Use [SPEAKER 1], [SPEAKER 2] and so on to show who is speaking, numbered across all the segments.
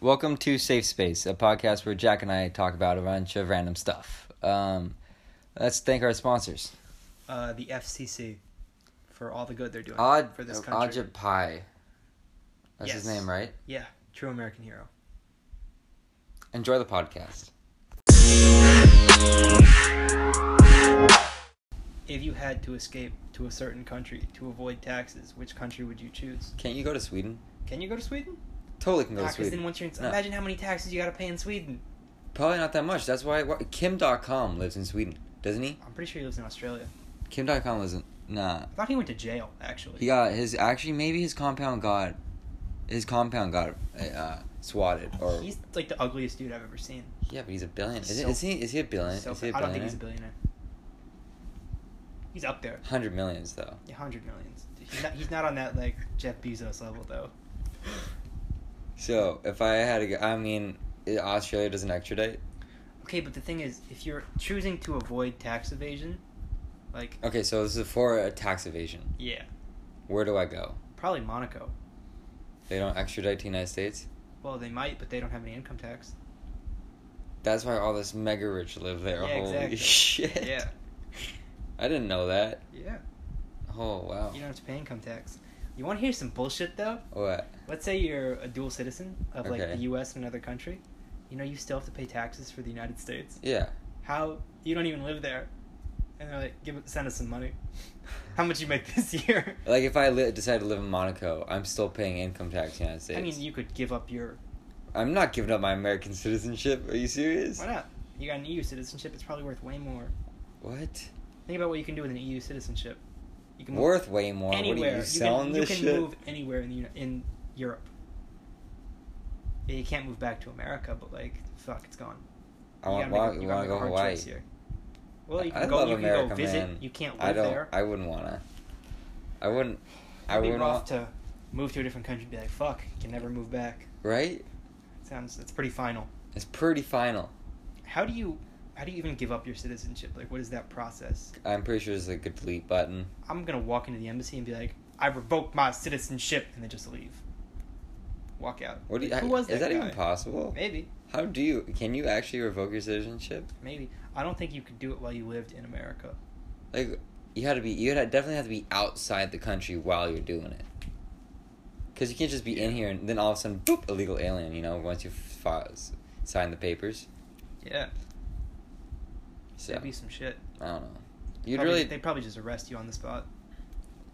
[SPEAKER 1] Welcome to Safe Space, a podcast where Jack and I talk about a bunch of random stuff. Um, let's thank our sponsors.
[SPEAKER 2] Uh, the FCC for all the good they're doing
[SPEAKER 1] Odd
[SPEAKER 2] for this country.
[SPEAKER 1] Ajit Pai. That's his
[SPEAKER 2] Yes.
[SPEAKER 1] name, right?
[SPEAKER 2] Yeah, true American hero.
[SPEAKER 1] Enjoy the podcast.
[SPEAKER 2] If you had to escape to a certain country to avoid taxes, which country would you choose?
[SPEAKER 1] Can't you go to Sweden?
[SPEAKER 2] Can you go to Sweden?
[SPEAKER 1] Totally can go to
[SPEAKER 2] Because
[SPEAKER 1] Sweden.
[SPEAKER 2] then once you're in,
[SPEAKER 1] No.
[SPEAKER 2] imagine how many taxes you got to pay in Sweden.
[SPEAKER 1] Probably not that much. That's why why- Kim.com lives in Sweden, doesn't he?
[SPEAKER 2] I'm pretty sure he lives in Australia.
[SPEAKER 1] Kim.com lives in. Nah.
[SPEAKER 2] I thought he went to jail actually.
[SPEAKER 1] He got his. Actually, maybe his compound got. His compound got uh, swatted. Or
[SPEAKER 2] He's like the ugliest dude I've ever seen.
[SPEAKER 1] Yeah, but he's a billion. Is,
[SPEAKER 2] So-
[SPEAKER 1] it, is he? Is he a billion?
[SPEAKER 2] So
[SPEAKER 1] is he a
[SPEAKER 2] I don't think he's a
[SPEAKER 1] billionaire?
[SPEAKER 2] billionaire. He's up there.
[SPEAKER 1] Hundred millions though.
[SPEAKER 2] Yeah, hundred millions. He's not, he's not on that like Jeff Bezos level though.
[SPEAKER 1] So if I had to, go, I mean, i- Australia doesn't extradite.
[SPEAKER 2] Okay, but the thing is, if you're choosing to avoid tax evasion, like
[SPEAKER 1] Okay, so this is for a tax evasion.
[SPEAKER 2] yeah,
[SPEAKER 1] Where do I go?
[SPEAKER 2] probably Monaco.
[SPEAKER 1] They don't extradite to the United States.
[SPEAKER 2] Well, they might, but they don't have any income tax.
[SPEAKER 1] That's why all this mega rich live there.
[SPEAKER 2] Yeah,
[SPEAKER 1] Holy
[SPEAKER 2] exactly.
[SPEAKER 1] shit!
[SPEAKER 2] Yeah.
[SPEAKER 1] I didn't know that.
[SPEAKER 2] Yeah,
[SPEAKER 1] Oh wow.
[SPEAKER 2] you don't have to pay income tax. You want to hear some bullshit though?
[SPEAKER 1] What?
[SPEAKER 2] Let's say you're a dual citizen of like
[SPEAKER 1] Okay.
[SPEAKER 2] the U.S. and another country. You know, you still have to pay taxes for the United States.
[SPEAKER 1] Yeah.
[SPEAKER 2] How you don't even live there, and they're like, give send us some money. How much you make this year?
[SPEAKER 1] Like if I li- decide to live in Monaco, I'm still paying income tax in the United States.
[SPEAKER 2] I mean, you could give up your.
[SPEAKER 1] I'm not giving up my American citizenship. Are you serious?
[SPEAKER 2] Why not? You got an EU citizenship. It's probably worth way more.
[SPEAKER 1] What?
[SPEAKER 2] Think about what you can do with an EU citizenship. You can move
[SPEAKER 1] Worth way more.
[SPEAKER 2] anywhere.
[SPEAKER 1] What are you, selling
[SPEAKER 2] can,
[SPEAKER 1] this
[SPEAKER 2] you can
[SPEAKER 1] shit?
[SPEAKER 2] move anywhere in the, Uni- in Europe. Yeah, you can't move back to America, but like, fuck, it's gone.
[SPEAKER 1] I
[SPEAKER 2] You
[SPEAKER 1] want,
[SPEAKER 2] gotta
[SPEAKER 1] want,
[SPEAKER 2] make a- you
[SPEAKER 1] want to
[SPEAKER 2] gotta
[SPEAKER 1] go
[SPEAKER 2] make a hard
[SPEAKER 1] Hawaii.
[SPEAKER 2] choice here. Well, you
[SPEAKER 1] I-
[SPEAKER 2] can
[SPEAKER 1] I
[SPEAKER 2] go.
[SPEAKER 1] love
[SPEAKER 2] You can
[SPEAKER 1] America,
[SPEAKER 2] go visit.
[SPEAKER 1] man.
[SPEAKER 2] You can't live
[SPEAKER 1] I don't.
[SPEAKER 2] there.
[SPEAKER 1] I wouldn't wanna. I wouldn't. I
[SPEAKER 2] It'd be
[SPEAKER 1] wouldn't.
[SPEAKER 2] rough
[SPEAKER 1] Want,
[SPEAKER 2] to move to a different country and be like, fuck, can never move back.
[SPEAKER 1] Right?
[SPEAKER 2] Sounds that's pretty final.
[SPEAKER 1] It's pretty final.
[SPEAKER 2] How do you how do you even give up your citizenship? Like, what is that process?
[SPEAKER 1] I'm pretty sure there's like a delete button.
[SPEAKER 2] I'm gonna walk into the embassy and be like, I revoke my citizenship, and then just leave. Walk out.
[SPEAKER 1] What do you?
[SPEAKER 2] Like,
[SPEAKER 1] I-
[SPEAKER 2] Who was
[SPEAKER 1] is that
[SPEAKER 2] guy?
[SPEAKER 1] even possible?
[SPEAKER 2] Maybe,
[SPEAKER 1] How do you? Can you actually revoke your citizenship?
[SPEAKER 2] maybe. I don't think you could do it while you lived in America.
[SPEAKER 1] Like, you had to be. You had definitely have to be outside the country while you're doing it. Because you can't just be in here and then all of a sudden, boop, illegal alien. You know, once you fi- sign the papers.
[SPEAKER 2] Yeah,
[SPEAKER 1] So
[SPEAKER 2] that'd be some shit.
[SPEAKER 1] I don't know. You'd
[SPEAKER 2] Probably-
[SPEAKER 1] really
[SPEAKER 2] they'd probably just arrest you on the spot.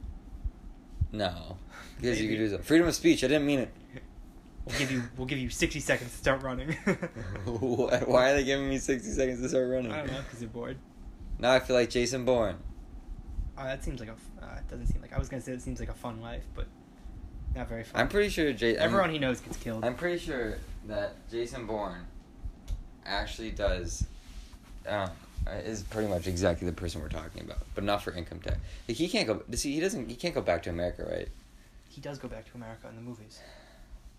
[SPEAKER 1] no. Because you could
[SPEAKER 2] Maybe.
[SPEAKER 1] do that. Freedom of speech. I didn't mean it.
[SPEAKER 2] We'll give you we'll give you sixty seconds to start running.
[SPEAKER 1] Why why are they giving me 60 seconds to start
[SPEAKER 2] I
[SPEAKER 1] running?
[SPEAKER 2] don't know because you're bored.
[SPEAKER 1] Now I feel like Jason Bourne.
[SPEAKER 2] Uh, that seems like a f- uh, it doesn't seem like I was gonna say it seems like a fun life, but not very fun.
[SPEAKER 1] I'm pretty sure Jason.
[SPEAKER 2] Everyone he knows gets killed.
[SPEAKER 1] I'm pretty sure that Jason Bourne actually does. Um, is pretty much exactly the person we're talking about, but not for income tax. Like he can't go. Does he? He doesn't. He can't go back to America, right?
[SPEAKER 2] he does go back to America in the movies.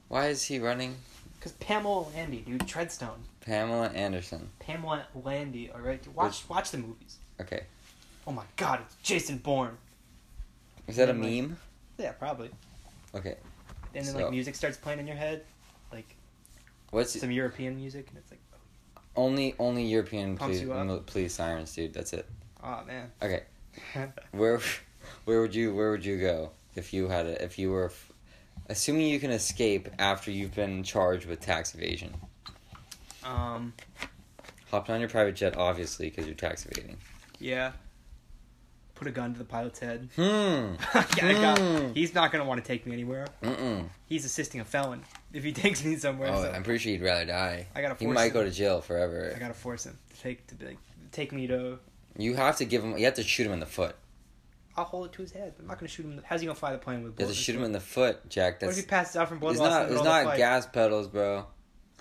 [SPEAKER 1] Why is he running?
[SPEAKER 2] Cause Pamela Landy, dude, Treadstone.
[SPEAKER 1] Pamela Anderson.
[SPEAKER 2] Pamela Landy, all right. Dude, watch watch the movies.
[SPEAKER 1] Okay,
[SPEAKER 2] Oh my God, it's Jason Bourne.
[SPEAKER 1] is that a
[SPEAKER 2] Really?
[SPEAKER 1] meme?
[SPEAKER 2] Yeah, probably.
[SPEAKER 1] Okay,
[SPEAKER 2] And then
[SPEAKER 1] So-
[SPEAKER 2] like music starts playing in your head, like
[SPEAKER 1] what's
[SPEAKER 2] some European music, and it's like, oh,
[SPEAKER 1] only only European
[SPEAKER 2] Pumps
[SPEAKER 1] police,
[SPEAKER 2] you up?
[SPEAKER 1] mil- police sirens, dude? That's it.
[SPEAKER 2] oh man.
[SPEAKER 1] Okay, where where would you where would you go if you had a, if you were f- assuming you can escape after you've been charged with tax evasion
[SPEAKER 2] um,
[SPEAKER 1] hopped on your private jet obviously because you're tax evading
[SPEAKER 2] yeah. Put a gun to the pilot's head.
[SPEAKER 1] hmm
[SPEAKER 2] yeah, I got-
[SPEAKER 1] Mm.
[SPEAKER 2] he's not gonna want to take me anywhere.
[SPEAKER 1] Mm-mm.
[SPEAKER 2] He's assisting a felon if he takes me somewhere.
[SPEAKER 1] oh
[SPEAKER 2] so
[SPEAKER 1] i'm pretty sure you'd rather die
[SPEAKER 2] I gotta
[SPEAKER 1] you
[SPEAKER 2] force
[SPEAKER 1] might
[SPEAKER 2] him.
[SPEAKER 1] go to jail
[SPEAKER 2] I
[SPEAKER 1] forever
[SPEAKER 2] gotta force him to take to be like, take me to.
[SPEAKER 1] you have to give him you have to shoot him in the foot
[SPEAKER 2] I'll hold it to his head. I'm not gonna shoot him. How's he gonna fly the plane with
[SPEAKER 1] you
[SPEAKER 2] bullets?
[SPEAKER 1] have to shoot him in the foot jack
[SPEAKER 2] What if
[SPEAKER 1] that's
[SPEAKER 2] he passes out from blood
[SPEAKER 1] it's
[SPEAKER 2] loss?
[SPEAKER 1] not
[SPEAKER 2] in the
[SPEAKER 1] it's
[SPEAKER 2] middle of
[SPEAKER 1] not
[SPEAKER 2] the flight?
[SPEAKER 1] gas pedals bro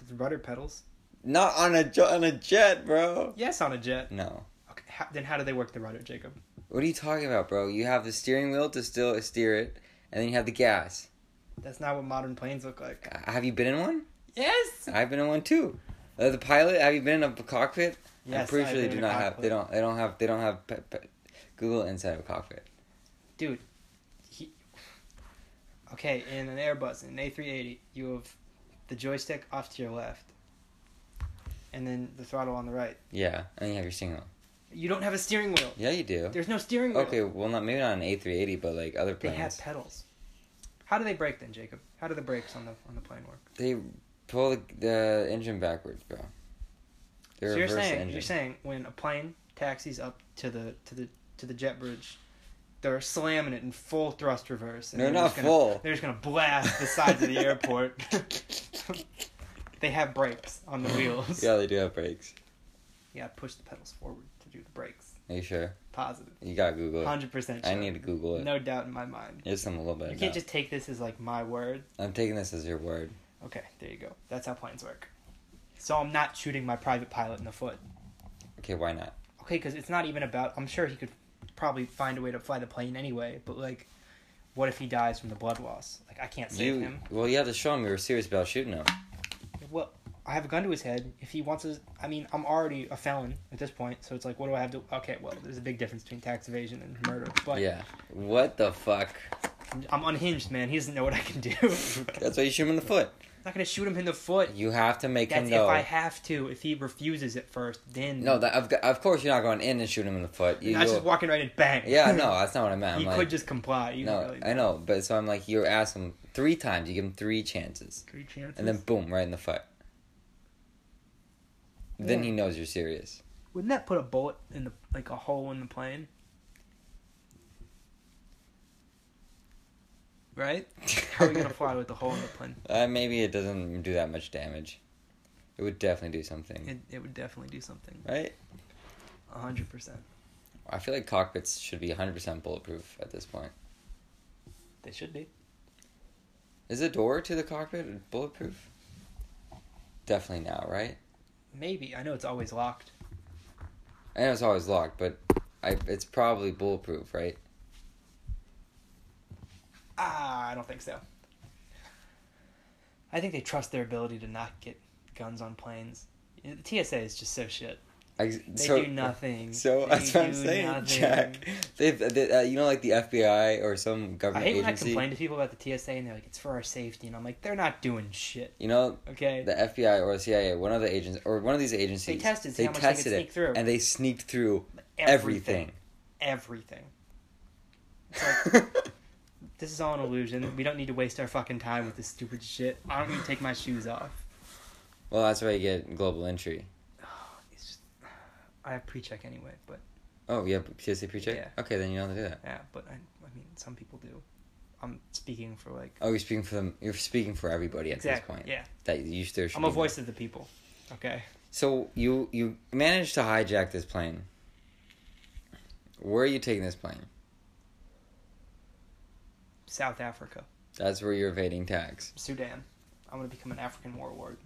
[SPEAKER 2] It's rudder pedals.
[SPEAKER 1] not on a jo- on a jet bro
[SPEAKER 2] Yes, on a jet.
[SPEAKER 1] no
[SPEAKER 2] Okay, how, then how do they work the rudder, Jacob?
[SPEAKER 1] what are you talking about bro you have the steering wheel to still steer it and then you have the gas
[SPEAKER 2] That's not what modern planes look like.
[SPEAKER 1] Uh, Have you been in one?
[SPEAKER 2] Yes.
[SPEAKER 1] I've been in one too. Uh, the pilot. Have you been in a cockpit? I'm
[SPEAKER 2] Yes,
[SPEAKER 1] pretty
[SPEAKER 2] I've
[SPEAKER 1] sure they do
[SPEAKER 2] been in a
[SPEAKER 1] not have. They
[SPEAKER 2] cockpit.
[SPEAKER 1] don't. They don't have. They don't have pe- pe- Google inside of a cockpit.
[SPEAKER 2] Dude, he. Okay, in an Airbus, in an A380, you have the joystick off to your left, and then the throttle on the right.
[SPEAKER 1] Yeah, and you have your single.
[SPEAKER 2] You don't have a steering wheel.
[SPEAKER 1] Yeah, you do.
[SPEAKER 2] There's no steering wheel.
[SPEAKER 1] Okay, well, not maybe not an A380, but like other
[SPEAKER 2] They
[SPEAKER 1] planes.
[SPEAKER 2] had pedals. How do they brake then, Jacob? How do the brakes on the on the plane work?
[SPEAKER 1] They pull the, the engine backwards, bro. They
[SPEAKER 2] so you're
[SPEAKER 1] reverse the
[SPEAKER 2] saying
[SPEAKER 1] engine.
[SPEAKER 2] you're saying when a plane taxis up to the to the to the jet bridge, they're slamming it in full thrust reverse.
[SPEAKER 1] They're
[SPEAKER 2] they're just
[SPEAKER 1] not
[SPEAKER 2] gonna,
[SPEAKER 1] full.
[SPEAKER 2] They're just gonna blast the sides of the airport. they have brakes on the wheels.
[SPEAKER 1] yeah, they do have brakes.
[SPEAKER 2] Yeah, push the pedals forward to do the brakes.
[SPEAKER 1] Are you sure?
[SPEAKER 2] Positive.
[SPEAKER 1] You gotta Google it.
[SPEAKER 2] Hundred percent.
[SPEAKER 1] I need to Google it.
[SPEAKER 2] No doubt in my mind.
[SPEAKER 1] There's some a little bit.
[SPEAKER 2] You
[SPEAKER 1] of
[SPEAKER 2] can't
[SPEAKER 1] doubt.
[SPEAKER 2] just take this as like my word.
[SPEAKER 1] I'm taking this as your word.
[SPEAKER 2] Okay, there you go. That's how planes work. So I'm not shooting my private pilot in the foot.
[SPEAKER 1] Okay, why not?
[SPEAKER 2] Okay, because it's not even about. I'm sure he could probably find a way to fly the plane anyway. But like, what if he dies from the blood loss? Like, I can't save
[SPEAKER 1] you
[SPEAKER 2] him.
[SPEAKER 1] well, you have to show him you were serious about shooting him.
[SPEAKER 2] Well, I have a gun to his head. If he wants to, I mean, I'm already a felon at this point. So it's like, what do I have to? Okay, well, there's a big difference between tax evasion and murder. But
[SPEAKER 1] yeah. What the fuck?
[SPEAKER 2] I'm unhinged, man. He doesn't know what I can do.
[SPEAKER 1] That's why you shoot him in the foot.
[SPEAKER 2] I'm not gonna shoot him in the foot.
[SPEAKER 1] You have to make
[SPEAKER 2] That's
[SPEAKER 1] him
[SPEAKER 2] if
[SPEAKER 1] know.
[SPEAKER 2] I have to. If he refuses at first, then
[SPEAKER 1] no, that of, of course you're not going in and shoot him in the foot. You,
[SPEAKER 2] I was just
[SPEAKER 1] you'll-
[SPEAKER 2] walking right in, bang.
[SPEAKER 1] yeah, no, that's not what I meant. I'm
[SPEAKER 2] you
[SPEAKER 1] like,
[SPEAKER 2] could just comply. You
[SPEAKER 1] no,
[SPEAKER 2] really
[SPEAKER 1] I know, but so I'm like, you ask him three times. You give him three chances,
[SPEAKER 2] Three chances.
[SPEAKER 1] and then boom, right in the foot. Then
[SPEAKER 2] Yeah.
[SPEAKER 1] he knows you're serious.
[SPEAKER 2] Wouldn't that put a bullet in the like a hole in the plane? Right? How are we gonna fly with the hole in the plane?
[SPEAKER 1] Uh, maybe it doesn't do that much damage. It would definitely do something,
[SPEAKER 2] It, it would definitely do something.
[SPEAKER 1] right?
[SPEAKER 2] A hundred percent.
[SPEAKER 1] I feel like cockpits should be 100% bulletproof at this point.
[SPEAKER 2] They should be.
[SPEAKER 1] Is a door to the cockpit bulletproof? Definitely now, right?
[SPEAKER 2] Maybe. I know it's always locked.
[SPEAKER 1] I know it's always locked, but I, it's probably bulletproof, right?
[SPEAKER 2] Ah, I don't think so. I think they trust their ability to not get guns on planes. The TSA is just so shit.
[SPEAKER 1] I,
[SPEAKER 2] They do nothing.
[SPEAKER 1] So
[SPEAKER 2] They
[SPEAKER 1] that's what I'm
[SPEAKER 2] do
[SPEAKER 1] saying,
[SPEAKER 2] nothing.
[SPEAKER 1] Jack. They've, they, uh, you know, like the FBI or some
[SPEAKER 2] I
[SPEAKER 1] government
[SPEAKER 2] hate when I
[SPEAKER 1] agency.
[SPEAKER 2] complain to people about the TSA and they're like, it's for our safety. And I'm like, they're not doing shit.
[SPEAKER 1] You know,
[SPEAKER 2] Okay?
[SPEAKER 1] the FBI or CIA, one of the agents or one of these agencies.
[SPEAKER 2] They tested, see
[SPEAKER 1] They
[SPEAKER 2] how much they could
[SPEAKER 1] tested it,
[SPEAKER 2] sneak through.
[SPEAKER 1] and they sneaked through everything.
[SPEAKER 2] Everything. It's This is all an illusion. We don't need to waste our fucking time with this stupid shit. I don't need to take my shoes off.
[SPEAKER 1] well, that's why you get global entry.
[SPEAKER 2] It's just, I have pre-check anyway, but
[SPEAKER 1] Oh, yeah, TSA pre-check.
[SPEAKER 2] Yeah.
[SPEAKER 1] Okay, then you don't have to do that.
[SPEAKER 2] yeah, but I, I mean, some people do. I'm speaking for like
[SPEAKER 1] Oh, you're speaking for them. You're speaking for everybody at
[SPEAKER 2] exactly,
[SPEAKER 1] this point.
[SPEAKER 2] yeah.
[SPEAKER 1] That you there should
[SPEAKER 2] I'm a
[SPEAKER 1] be no-
[SPEAKER 2] voice of the people. Okay,
[SPEAKER 1] So you you managed to hijack this plane. Where are you taking this plane?
[SPEAKER 2] South Africa,
[SPEAKER 1] That's where you're evading tax.
[SPEAKER 2] Sudan. I'm gonna become an African war ward.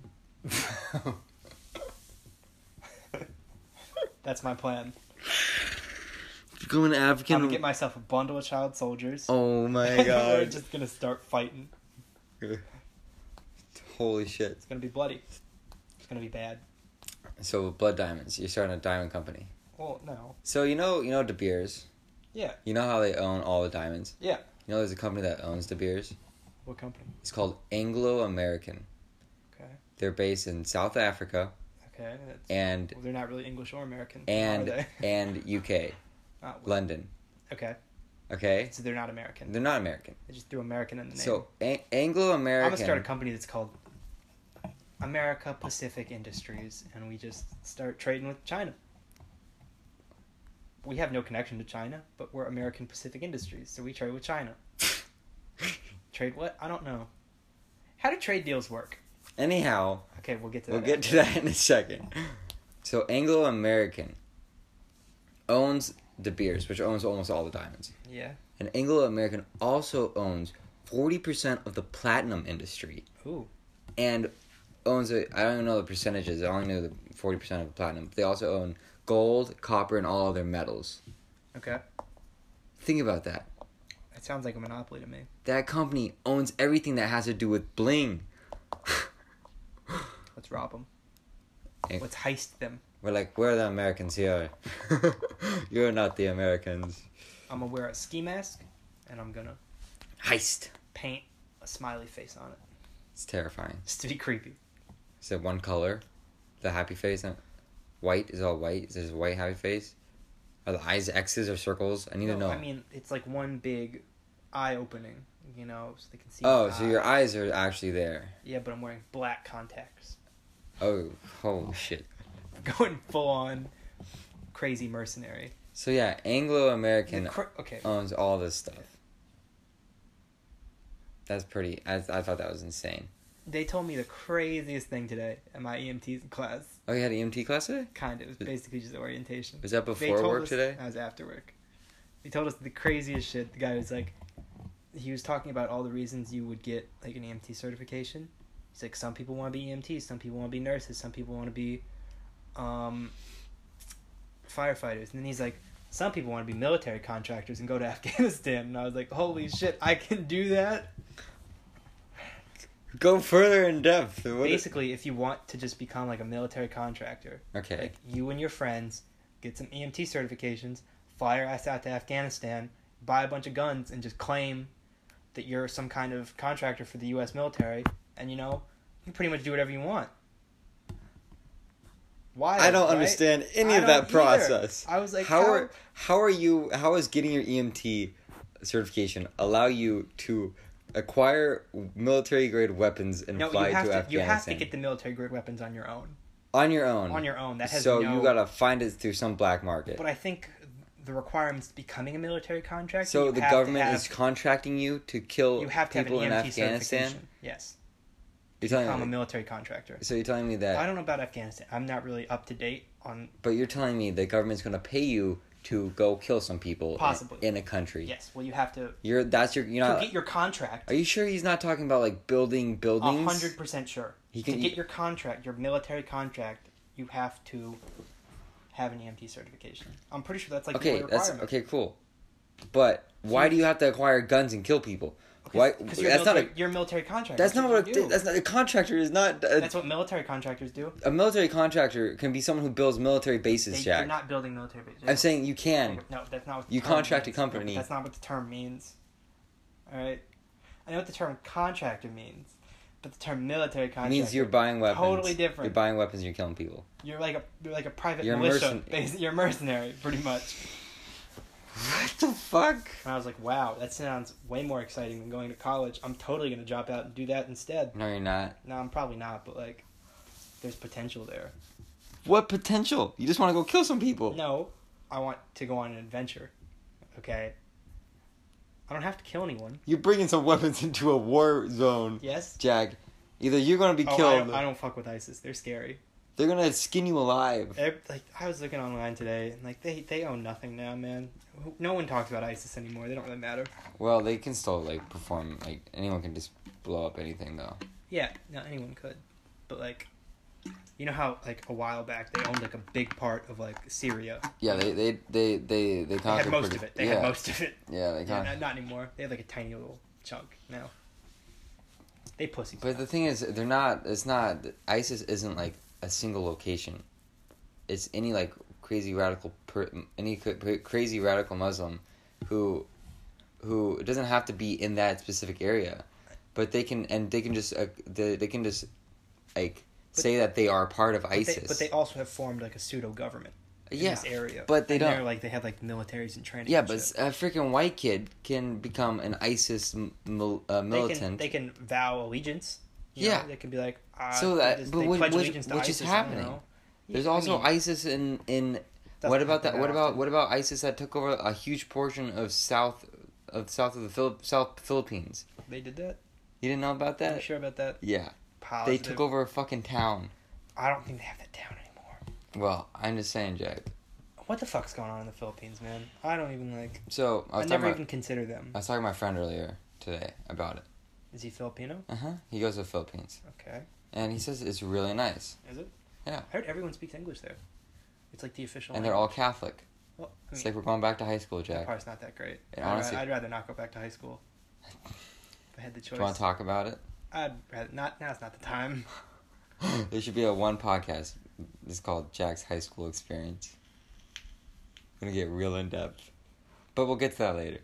[SPEAKER 2] That's my plan.
[SPEAKER 1] Go an
[SPEAKER 2] I'm
[SPEAKER 1] African.
[SPEAKER 2] gonna get myself a bundle of child soldiers.
[SPEAKER 1] oh my
[SPEAKER 2] And We're
[SPEAKER 1] god!
[SPEAKER 2] just gonna start fighting.
[SPEAKER 1] Holy shit!
[SPEAKER 2] It's gonna be bloody. It's gonna be bad.
[SPEAKER 1] So Blood Diamonds, you're starting a diamond company.
[SPEAKER 2] Well, no.
[SPEAKER 1] So you know you know De Beers.
[SPEAKER 2] Yeah.
[SPEAKER 1] You know how they own all the diamonds.
[SPEAKER 2] Yeah.
[SPEAKER 1] You know there's a company that owns De Beers.
[SPEAKER 2] What company?
[SPEAKER 1] It's called Anglo American.
[SPEAKER 2] Okay.
[SPEAKER 1] They're based in South Africa
[SPEAKER 2] Okay. That's,
[SPEAKER 1] and
[SPEAKER 2] well, they're not really English or American. are
[SPEAKER 1] and
[SPEAKER 2] they?
[SPEAKER 1] and UK,
[SPEAKER 2] Not-
[SPEAKER 1] London.
[SPEAKER 2] okay.
[SPEAKER 1] Okay,
[SPEAKER 2] So they're not American.
[SPEAKER 1] they're not American.
[SPEAKER 2] They just threw American in the name.
[SPEAKER 1] So a- Anglo
[SPEAKER 2] I'm gonna start a
[SPEAKER 1] American.
[SPEAKER 2] company that's called America Pacific Industries, and we just start trading with China. We have no connection to China, but we're American Pacific Industries, so we trade with China. Trade what? I don't know. How do trade deals work?
[SPEAKER 1] Anyhow,
[SPEAKER 2] Okay, we'll get to that.
[SPEAKER 1] we'll get
[SPEAKER 2] after.
[SPEAKER 1] to that in a second. So Anglo American owns De Beers, which owns almost all the diamonds,
[SPEAKER 2] Yeah.
[SPEAKER 1] and Anglo American also owns forty percent of the platinum industry
[SPEAKER 2] Ooh.
[SPEAKER 1] and owns a, I don't even know the percentages. I only know the forty percent of platinum. But they also own gold, copper, and all other metals.
[SPEAKER 2] Okay.
[SPEAKER 1] Think about that.
[SPEAKER 2] That sounds like a monopoly to me.
[SPEAKER 1] That company owns everything that has to do with bling.
[SPEAKER 2] Let's rob them.
[SPEAKER 1] Eh.
[SPEAKER 2] Let's heist them.
[SPEAKER 1] We're like, we're the Americans here. You're not the Americans.
[SPEAKER 2] I'm gonna wear a ski mask, and I'm gonna
[SPEAKER 1] Heist.
[SPEAKER 2] paint a smiley face on it.
[SPEAKER 1] It's terrifying.
[SPEAKER 2] It's to be creepy.
[SPEAKER 1] Is it one color? The happy face? and White is all white. Is there a white happy face? Are the eyes X's or circles? I need to
[SPEAKER 2] No,
[SPEAKER 1] know.
[SPEAKER 2] I mean, it's like one big eye opening, you know, so they can see.
[SPEAKER 1] oh,
[SPEAKER 2] my
[SPEAKER 1] so
[SPEAKER 2] eye.
[SPEAKER 1] your eyes are actually there.
[SPEAKER 2] Yeah, but I'm wearing black contacts.
[SPEAKER 1] Oh, holy shit.
[SPEAKER 2] Going full on crazy mercenary.
[SPEAKER 1] So yeah, Anglo
[SPEAKER 2] The
[SPEAKER 1] American
[SPEAKER 2] cr- okay.
[SPEAKER 1] owns all this stuff. That's pretty. I, I thought that was insane.
[SPEAKER 2] They told me the craziest thing today at my EMT class.
[SPEAKER 1] Oh, you had EMT class today?
[SPEAKER 2] Kind of. It was basically just orientation.
[SPEAKER 1] Was that
[SPEAKER 2] They
[SPEAKER 1] before
[SPEAKER 2] told
[SPEAKER 1] work
[SPEAKER 2] us-
[SPEAKER 1] today?
[SPEAKER 2] That was after work. They told us the craziest shit. The guy was like, he was talking about all the reasons you would get like an EMT certification. He's like, some people want to be EMTs, some people want to be nurses, some people want to be um, firefighters. And then he's like, some people want to be military contractors and go to Afghanistan. And I was like, holy shit, I can do that.
[SPEAKER 1] Go further in depth. What is-
[SPEAKER 2] Basically, if you want to just become like a military contractor,
[SPEAKER 1] okay.
[SPEAKER 2] Like you and your friends get some EMT certifications, fly your ass out to Afghanistan, buy a bunch of guns, and just claim that you're some kind of contractor for the U.S. military, and you know you pretty much do whatever you want. Why?
[SPEAKER 1] I don't understand any of that process.
[SPEAKER 2] I was like,
[SPEAKER 1] how,
[SPEAKER 2] how?
[SPEAKER 1] are how are you? How is getting your EMT certification allow you to acquire military grade weapons and
[SPEAKER 2] no, you
[SPEAKER 1] fly
[SPEAKER 2] have
[SPEAKER 1] to
[SPEAKER 2] to.
[SPEAKER 1] Afghanistan
[SPEAKER 2] You have to get the military grade weapons on your own.
[SPEAKER 1] on your own?
[SPEAKER 2] On your own. That has
[SPEAKER 1] so
[SPEAKER 2] no.
[SPEAKER 1] you gotta find it through some black market.
[SPEAKER 2] But I think the requirements to becoming a military contractor.
[SPEAKER 1] So
[SPEAKER 2] you
[SPEAKER 1] the
[SPEAKER 2] have to
[SPEAKER 1] government
[SPEAKER 2] have-
[SPEAKER 1] is contracting you to kill
[SPEAKER 2] You have to have an
[SPEAKER 1] people in
[SPEAKER 2] EMT
[SPEAKER 1] Afghanistan.
[SPEAKER 2] certification. Yes.
[SPEAKER 1] You're telling
[SPEAKER 2] I'm
[SPEAKER 1] me,
[SPEAKER 2] a military contractor.
[SPEAKER 1] so you're telling me
[SPEAKER 2] I
[SPEAKER 1] that,
[SPEAKER 2] don't know about Afghanistan. I'm not really up to date on.
[SPEAKER 1] but you're telling me the government's gonna pay you to go kill some people in-
[SPEAKER 2] Possibly.
[SPEAKER 1] in, a country.
[SPEAKER 2] Yes, well, you have to
[SPEAKER 1] You're that's your you're
[SPEAKER 2] to
[SPEAKER 1] not.
[SPEAKER 2] get your contract.
[SPEAKER 1] Uh, Are you sure he's not talking about like building
[SPEAKER 2] A
[SPEAKER 1] buildings?
[SPEAKER 2] hundred percent sure.
[SPEAKER 1] He can-
[SPEAKER 2] to get your contract, your military contract, you have to have an EMT certification. I'm pretty sure that's like the
[SPEAKER 1] Okay,
[SPEAKER 2] only
[SPEAKER 1] that's
[SPEAKER 2] requirement.
[SPEAKER 1] okay, cool. But why do you have to acquire guns and kill people? Why?
[SPEAKER 2] Because you're,
[SPEAKER 1] That's not a.
[SPEAKER 2] military- you're a military contractor.
[SPEAKER 1] That's not what
[SPEAKER 2] what you
[SPEAKER 1] a,
[SPEAKER 2] do.
[SPEAKER 1] that's not a contractor is not a,
[SPEAKER 2] That's what military contractors do.
[SPEAKER 1] a military contractor can be someone who builds military bases.
[SPEAKER 2] They,
[SPEAKER 1] Jack,
[SPEAKER 2] You're not building military bases.
[SPEAKER 1] I'm saying you can.
[SPEAKER 2] No, that's not what the
[SPEAKER 1] You
[SPEAKER 2] term
[SPEAKER 1] contract a
[SPEAKER 2] means. No, but
[SPEAKER 1] company.
[SPEAKER 2] That's not what the term means. All right, I know what the term contractor means, but the term military contractor
[SPEAKER 1] It means you're buying weapons.
[SPEAKER 2] Totally different.
[SPEAKER 1] You're buying weapons. and You're killing people.
[SPEAKER 2] You're like a you're like a private
[SPEAKER 1] You're a
[SPEAKER 2] militia.
[SPEAKER 1] mercen-
[SPEAKER 2] Basi- you're a mercenary, pretty much.
[SPEAKER 1] What the fuck?
[SPEAKER 2] And I was like, wow, that sounds way more exciting than going to college. I'm totally gonna drop out and do that instead.
[SPEAKER 1] No, you're not.
[SPEAKER 2] No, I'm probably not, but like, there's potential there.
[SPEAKER 1] What potential? You just want to go kill some people.
[SPEAKER 2] No, I want to go on an adventure. Okay. I don't have to kill anyone.
[SPEAKER 1] You're bringing some weapons into a war zone,
[SPEAKER 2] Yes.
[SPEAKER 1] Jack. Either you're gonna be
[SPEAKER 2] Oh, I
[SPEAKER 1] killed.
[SPEAKER 2] don't, I don't fuck with ISIS. They're scary.
[SPEAKER 1] They're gonna skin you alive.
[SPEAKER 2] They're, like I was looking online today, and like they they own nothing now, man. Who- No one talks about ISIS anymore. They don't really matter.
[SPEAKER 1] Well, they can still like perform. Like anyone can just blow up anything though.
[SPEAKER 2] Yeah, not anyone could. But like you know how like a while back they owned like a big part of like Syria.
[SPEAKER 1] Yeah, they they they they they
[SPEAKER 2] They
[SPEAKER 1] conquered.
[SPEAKER 2] had most
[SPEAKER 1] pretty-
[SPEAKER 2] of it. They
[SPEAKER 1] yeah,
[SPEAKER 2] had most of it.
[SPEAKER 1] Yeah, they
[SPEAKER 2] Yeah,
[SPEAKER 1] conquered.
[SPEAKER 2] not, not anymore. They have like a tiny little chunk now. They pussy.
[SPEAKER 1] But the thing is, they're not. It's not. ISIS isn't like a single location. It's any like crazy radical, per, any cra- cra- crazy radical Muslim, who, who it doesn't have to be in that specific area, but they can and they can just uh, they, they can just, like
[SPEAKER 2] But-
[SPEAKER 1] say that they are part of
[SPEAKER 2] but
[SPEAKER 1] ISIS.
[SPEAKER 2] they, but they also have formed like a pseudo government in
[SPEAKER 1] yeah,
[SPEAKER 2] this area.
[SPEAKER 1] but they
[SPEAKER 2] And
[SPEAKER 1] don't-
[SPEAKER 2] they're, like they have like militaries and training.
[SPEAKER 1] yeah,
[SPEAKER 2] and
[SPEAKER 1] but
[SPEAKER 2] shit.
[SPEAKER 1] a freaking white kid can become an ISIS m- mil, uh,
[SPEAKER 2] they
[SPEAKER 1] militant.
[SPEAKER 2] can they can vow allegiance. you
[SPEAKER 1] Yeah.
[SPEAKER 2] know? they can be like uh,
[SPEAKER 1] So
[SPEAKER 2] they
[SPEAKER 1] that-
[SPEAKER 2] just-
[SPEAKER 1] but
[SPEAKER 2] they
[SPEAKER 1] what-
[SPEAKER 2] pledge
[SPEAKER 1] what-
[SPEAKER 2] allegiance to
[SPEAKER 1] which is
[SPEAKER 2] ISIS, I don't
[SPEAKER 1] happening.
[SPEAKER 2] know.
[SPEAKER 1] There's
[SPEAKER 2] I
[SPEAKER 1] also
[SPEAKER 2] mean,
[SPEAKER 1] ISIS in in
[SPEAKER 2] Doesn't
[SPEAKER 1] what about that?
[SPEAKER 2] happen
[SPEAKER 1] What
[SPEAKER 2] that
[SPEAKER 1] about
[SPEAKER 2] often.
[SPEAKER 1] what about ISIS that took over a huge portion of south of south of the Philip South Philippines?
[SPEAKER 2] they did that.
[SPEAKER 1] You didn't know about
[SPEAKER 2] Are you
[SPEAKER 1] that?
[SPEAKER 2] sure about that?
[SPEAKER 1] Yeah,
[SPEAKER 2] Positive.
[SPEAKER 1] Uh, they took over a fucking town.
[SPEAKER 2] I don't think they have that down anymore.
[SPEAKER 1] Well, I'm just saying, Jack.
[SPEAKER 2] What the fuck's going on in the Philippines, man? I don't even like.
[SPEAKER 1] So I
[SPEAKER 2] I,
[SPEAKER 1] was talking.
[SPEAKER 2] never
[SPEAKER 1] About,
[SPEAKER 2] even consider them.
[SPEAKER 1] I was talking to my friend earlier today about it.
[SPEAKER 2] Is he Filipino?
[SPEAKER 1] Uh huh. He goes to the Philippines,
[SPEAKER 2] Okay,
[SPEAKER 1] and he says it's really nice,
[SPEAKER 2] is it?
[SPEAKER 1] Yeah.
[SPEAKER 2] I heard everyone speaks English there. It's like the official.
[SPEAKER 1] and they're all Catholic.
[SPEAKER 2] language. Well, I
[SPEAKER 1] It's
[SPEAKER 2] mean,
[SPEAKER 1] like we're going back to high school,
[SPEAKER 2] that
[SPEAKER 1] Jack.
[SPEAKER 2] part's not that great.
[SPEAKER 1] And
[SPEAKER 2] I'd,
[SPEAKER 1] honestly-
[SPEAKER 2] ra- I'd rather not go back to high school. If I had the
[SPEAKER 1] Do you want
[SPEAKER 2] choice,
[SPEAKER 1] to talk about it?
[SPEAKER 2] I'd rather not. Now's not the time.
[SPEAKER 1] there should be a one podcast. It's called Jack's High School Experience. I'm gonna get real in depth, but we'll get to that later.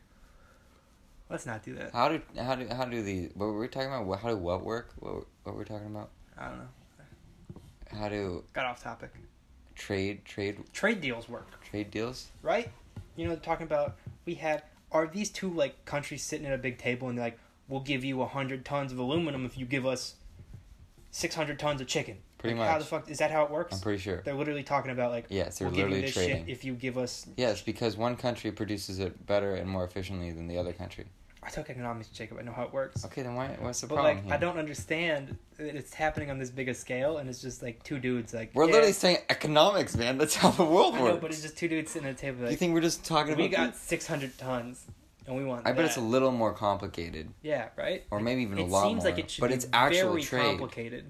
[SPEAKER 2] Let's not do that.
[SPEAKER 1] How do how do how do the what were we talking about? What, how do what work? What were- what were we talking about?
[SPEAKER 2] I don't know.
[SPEAKER 1] How do
[SPEAKER 2] Got off topic.
[SPEAKER 1] trade trade
[SPEAKER 2] Trade deals work,
[SPEAKER 1] trade deals?
[SPEAKER 2] right? You know, talking about we had are these two like countries sitting at a big table and they're like, we'll give you hundred tons of aluminum if you give us six hundred tons of chicken.
[SPEAKER 1] Pretty
[SPEAKER 2] Like, How the
[SPEAKER 1] much.
[SPEAKER 2] fuck is that? How it works?
[SPEAKER 1] I'm pretty sure.
[SPEAKER 2] They're literally talking about like
[SPEAKER 1] Yes, they're
[SPEAKER 2] we'll give you
[SPEAKER 1] literally
[SPEAKER 2] this
[SPEAKER 1] trading.
[SPEAKER 2] shit if you give us.
[SPEAKER 1] Yes, because one country produces it better and more efficiently than the other country.
[SPEAKER 2] I took economics, Jacob. I know how it works.
[SPEAKER 1] Okay, then why what's the
[SPEAKER 2] But
[SPEAKER 1] problem
[SPEAKER 2] like,
[SPEAKER 1] here?
[SPEAKER 2] I don't understand that it's happening on this big a scale, and it's just like two dudes like
[SPEAKER 1] We're
[SPEAKER 2] yeah.
[SPEAKER 1] literally saying economics, man. That's how the world
[SPEAKER 2] I
[SPEAKER 1] works.
[SPEAKER 2] know, but it's just two dudes sitting at a table.
[SPEAKER 1] you
[SPEAKER 2] Like,
[SPEAKER 1] think we're just talking
[SPEAKER 2] we
[SPEAKER 1] about?
[SPEAKER 2] got six hundred tons, and we want.
[SPEAKER 1] I bet
[SPEAKER 2] that."
[SPEAKER 1] it's a little more complicated,
[SPEAKER 2] Yeah, right.
[SPEAKER 1] or maybe even a
[SPEAKER 2] it
[SPEAKER 1] lot
[SPEAKER 2] seems
[SPEAKER 1] more.
[SPEAKER 2] like it should
[SPEAKER 1] but
[SPEAKER 2] be
[SPEAKER 1] it's actual
[SPEAKER 2] very
[SPEAKER 1] trade.
[SPEAKER 2] complicated.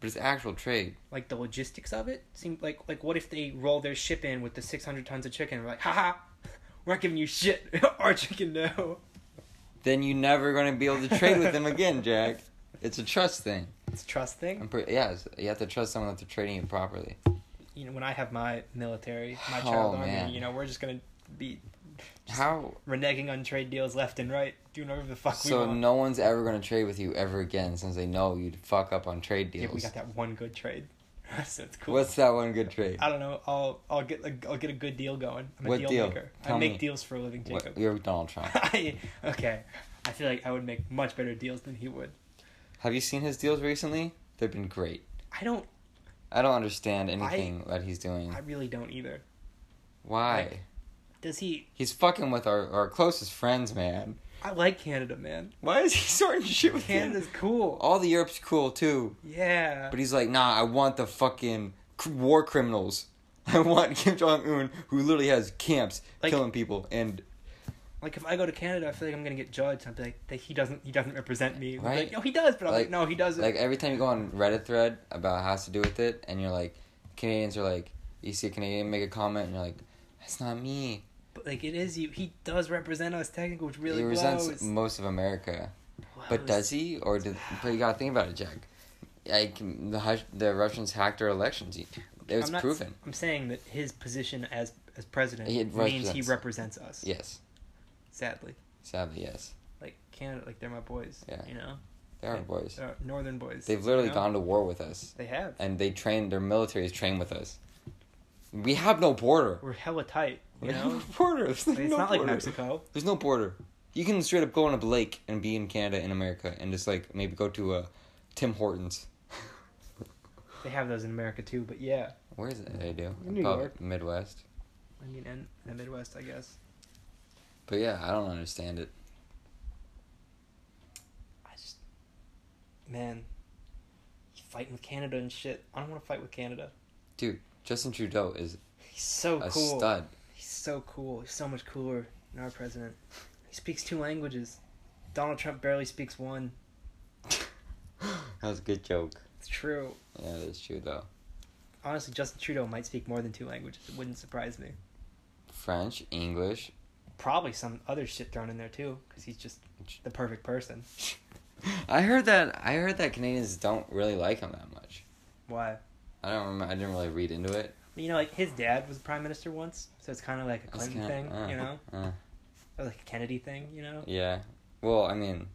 [SPEAKER 1] But it's actual trade.
[SPEAKER 2] Like the logistics of it seemed like like what if they roll their ship in with the six hundred tons of chicken? We're like, haha, we're not giving you shit. Our chicken, no.
[SPEAKER 1] Then you're never going to be able to trade with them again, Jack. It's a trust thing.
[SPEAKER 2] It's a trust
[SPEAKER 1] I'm
[SPEAKER 2] thing.
[SPEAKER 1] pretty. Yeah, it's- you have to trust someone that they're trading you properly.
[SPEAKER 2] You know, when I have my military, my
[SPEAKER 1] Oh,
[SPEAKER 2] child
[SPEAKER 1] man.
[SPEAKER 2] army, you know, we're just gonna be
[SPEAKER 1] How?
[SPEAKER 2] reneging on trade deals left and right, doing whatever the fuck we
[SPEAKER 1] So
[SPEAKER 2] want.
[SPEAKER 1] no one's ever going to trade with you ever again, since they know you'd fuck up on trade
[SPEAKER 2] yeah, we
[SPEAKER 1] deals.
[SPEAKER 2] got that one good trade. so it's cool.
[SPEAKER 1] What's that one good trade?
[SPEAKER 2] I don't know. I'll I'll get a, I'll get a good deal going. I'm a
[SPEAKER 1] What
[SPEAKER 2] deal,
[SPEAKER 1] deal?
[SPEAKER 2] maker.
[SPEAKER 1] Tell
[SPEAKER 2] I make
[SPEAKER 1] me.
[SPEAKER 2] deals for a living,
[SPEAKER 1] What-
[SPEAKER 2] Jacob.
[SPEAKER 1] you're Donald Trump.
[SPEAKER 2] I, okay, I feel like I would make much better deals than he would.
[SPEAKER 1] Have you seen his deals recently? They've been great.
[SPEAKER 2] I don't.
[SPEAKER 1] I don't understand anything that he's doing.
[SPEAKER 2] I really don't either.
[SPEAKER 1] Why?
[SPEAKER 2] like- Does he?
[SPEAKER 1] he's fucking with our, our closest friends, man.
[SPEAKER 2] I like Canada, man.
[SPEAKER 1] Why is he sorting shit with
[SPEAKER 2] Canada's cool.
[SPEAKER 1] All the Europe's cool too,
[SPEAKER 2] Yeah.
[SPEAKER 1] but he's like, nah, I want the fucking cr- war criminals. I want Kim Jong Un, who literally has camps
[SPEAKER 2] Like-
[SPEAKER 1] killing people, and
[SPEAKER 2] Like if I go to Canada, I feel like I'm gonna get judged. I'm like, that he doesn't. He doesn't represent me. Like,
[SPEAKER 1] Right.
[SPEAKER 2] no, he does. But I'm like,
[SPEAKER 1] Like-
[SPEAKER 2] no, he doesn't.
[SPEAKER 1] like every time you go on Reddit thread about how to do with it, and you're like, Canadians are like, you see a Canadian make a comment, and you're like, that's not me.
[SPEAKER 2] but like it is you. He does represent us technically, which really
[SPEAKER 1] he
[SPEAKER 2] blows.
[SPEAKER 1] resents most of America. But does he, or did? But you gotta think about it, Jack. Like the Hus- the Russians hacked our elections. It was
[SPEAKER 2] I'm not-
[SPEAKER 1] proven.
[SPEAKER 2] I'm saying that his position as as president
[SPEAKER 1] He
[SPEAKER 2] means he
[SPEAKER 1] represents-
[SPEAKER 2] represents us.
[SPEAKER 1] Yes,
[SPEAKER 2] Sadly,
[SPEAKER 1] sadly, yes.
[SPEAKER 2] like Canada, like they're my boys.
[SPEAKER 1] Yeah.
[SPEAKER 2] You know,
[SPEAKER 1] They are boys.
[SPEAKER 2] They're northern boys.
[SPEAKER 1] They've literally
[SPEAKER 2] you know?
[SPEAKER 1] gone to war with us,
[SPEAKER 2] They have.
[SPEAKER 1] and they trained their military is trained with us. We have no border.
[SPEAKER 2] We're hella tight.
[SPEAKER 1] we
[SPEAKER 2] You
[SPEAKER 1] have
[SPEAKER 2] know,
[SPEAKER 1] no border. There's
[SPEAKER 2] Like, it's
[SPEAKER 1] no
[SPEAKER 2] not like
[SPEAKER 1] border.
[SPEAKER 2] Mexico.
[SPEAKER 1] There's no border. You can straight up go on a lake and be in Canada and America, and just like maybe go to a Tim Hortons.
[SPEAKER 2] They have those in America too, but yeah.
[SPEAKER 1] Where is it? They do
[SPEAKER 2] New
[SPEAKER 1] Probably
[SPEAKER 2] York.
[SPEAKER 1] Midwest.
[SPEAKER 2] I mean, in the Midwest, I guess.
[SPEAKER 1] But yeah, I don't understand it.
[SPEAKER 2] I just, man, you fighting with Canada and shit. I don't want to fight with Canada.
[SPEAKER 1] Justin Trudeau is
[SPEAKER 2] He's so
[SPEAKER 1] a
[SPEAKER 2] Oh, cool.
[SPEAKER 1] stud.
[SPEAKER 2] He's so cool. He's so much cooler than our president. He speaks two languages. Donald Trump barely speaks one.
[SPEAKER 1] That was a good joke.
[SPEAKER 2] It's true.
[SPEAKER 1] Yeah, that's true though.
[SPEAKER 2] Honestly, Justin Trudeau might speak more than two languages. It wouldn't surprise me.
[SPEAKER 1] French, English.
[SPEAKER 2] Probably some other shit thrown in there too, because he's just the perfect person.
[SPEAKER 1] I heard that. I heard that Canadians don't really like him that much.
[SPEAKER 2] Why?
[SPEAKER 1] I don't remember. I didn't really read into it.
[SPEAKER 2] You know, like his dad was prime minister once, so it's kind of like a
[SPEAKER 1] That's
[SPEAKER 2] Clinton
[SPEAKER 1] kinda-
[SPEAKER 2] thing,
[SPEAKER 1] uh,
[SPEAKER 2] you know,
[SPEAKER 1] uh,
[SPEAKER 2] or like a Kennedy thing, you know,
[SPEAKER 1] yeah. Well, I mean,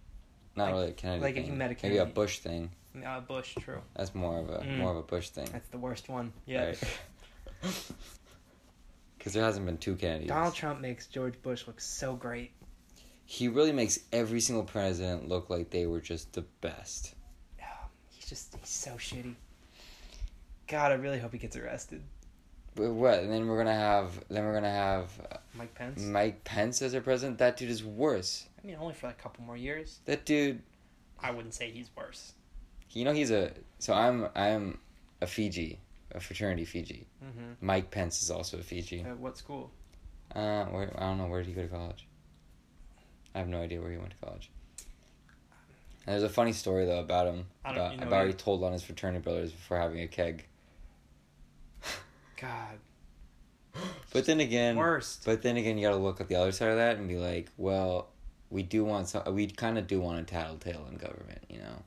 [SPEAKER 1] not
[SPEAKER 2] Like-
[SPEAKER 1] really a Kennedy.
[SPEAKER 2] like if
[SPEAKER 1] thing.
[SPEAKER 2] you met a
[SPEAKER 1] Maybe a
[SPEAKER 2] Kennedy.
[SPEAKER 1] Bush thing.
[SPEAKER 2] uh, Bush. True,
[SPEAKER 1] That's more of a
[SPEAKER 2] Mm.
[SPEAKER 1] more of a Bush thing.
[SPEAKER 2] that's the worst one. Yeah,
[SPEAKER 1] Because there hasn't been two Kennedys.
[SPEAKER 2] Donald Trump makes George Bush look so great.
[SPEAKER 1] He really makes every single president look like they were just the best.
[SPEAKER 2] Oh, he's just he's so shitty. God, I really hope he gets arrested.
[SPEAKER 1] But what? And then we're gonna have. Then we're gonna have uh,
[SPEAKER 2] Mike Pence.
[SPEAKER 1] Mike Pence as our president. That dude is worse.
[SPEAKER 2] I mean, only for like a couple more years.
[SPEAKER 1] That dude.
[SPEAKER 2] I wouldn't say he's worse.
[SPEAKER 1] You know he's a so I'm I'm a Fiji, a fraternity Fiji.
[SPEAKER 2] Mm-hmm.
[SPEAKER 1] Mike Pence is also a Fiji.
[SPEAKER 2] At what school?
[SPEAKER 1] Uh, where I don't know where did he go to college. I have no idea where he went to college. And there's a funny story though about him
[SPEAKER 2] I don't-
[SPEAKER 1] about,
[SPEAKER 2] you know
[SPEAKER 1] about
[SPEAKER 2] you-
[SPEAKER 1] he told on his fraternity brothers before having a keg.
[SPEAKER 2] God,
[SPEAKER 1] But then again,
[SPEAKER 2] worst.
[SPEAKER 1] but then again, you gotta look at the other side of that and be like, well, we do want some. We kind of do want a tattletale in government, you know.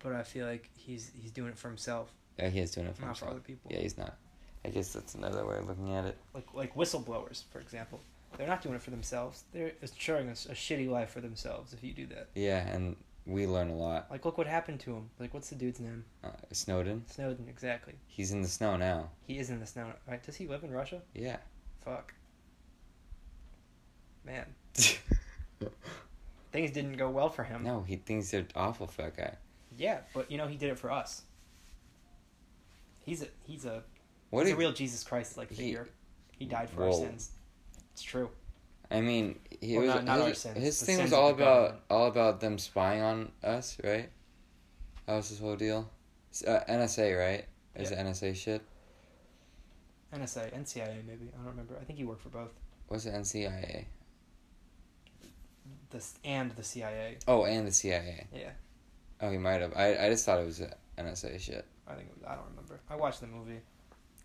[SPEAKER 2] But I feel like he's he's doing it for himself,
[SPEAKER 1] Yeah, he is doing it for
[SPEAKER 2] not for
[SPEAKER 1] himself.
[SPEAKER 2] other people.
[SPEAKER 1] Yeah, he's not. I guess that's another way of looking at it.
[SPEAKER 2] Like like whistleblowers, for example. They're not doing it for themselves. They're ensuring a, s- a shitty life for themselves if you do that.
[SPEAKER 1] Yeah, and we learn a lot.
[SPEAKER 2] Like, look what happened to him. Like, what's the dude's name?
[SPEAKER 1] Uh, Snowden,
[SPEAKER 2] Snowden, exactly.
[SPEAKER 1] he's in the snow now.
[SPEAKER 2] He is in this now, right? Does he live in Russia?
[SPEAKER 1] Yeah.
[SPEAKER 2] Fuck. Man, things didn't go well for him.
[SPEAKER 1] no, he thinks they're awful for that guy.
[SPEAKER 2] Yeah, but you know he did it for us. He's a he's a
[SPEAKER 1] What
[SPEAKER 2] he's
[SPEAKER 1] if-
[SPEAKER 2] a real Jesus Christ like
[SPEAKER 1] he-
[SPEAKER 2] figure. He died for our
[SPEAKER 1] Whoa.
[SPEAKER 2] sins. It's true.
[SPEAKER 1] I mean, he
[SPEAKER 2] Well,
[SPEAKER 1] was
[SPEAKER 2] not- not our
[SPEAKER 1] his,
[SPEAKER 2] sins,
[SPEAKER 1] his
[SPEAKER 2] the
[SPEAKER 1] thing
[SPEAKER 2] sins
[SPEAKER 1] was
[SPEAKER 2] of
[SPEAKER 1] all
[SPEAKER 2] the
[SPEAKER 1] about
[SPEAKER 2] government.
[SPEAKER 1] all about them spying on us, right? That was his whole deal. S- Uh, NSA, right? Is
[SPEAKER 2] Yeah.
[SPEAKER 1] it NSA shit?
[SPEAKER 2] NSA, NCIA maybe. I don't remember. I think he worked for both.
[SPEAKER 1] Was it NCIA?
[SPEAKER 2] The s- and the CIA.
[SPEAKER 1] Oh, and the CIA.
[SPEAKER 2] Yeah.
[SPEAKER 1] Oh, he might have. I I just thought it was uh, NSA shit.
[SPEAKER 2] I think it was, I don't remember. I watched the movie.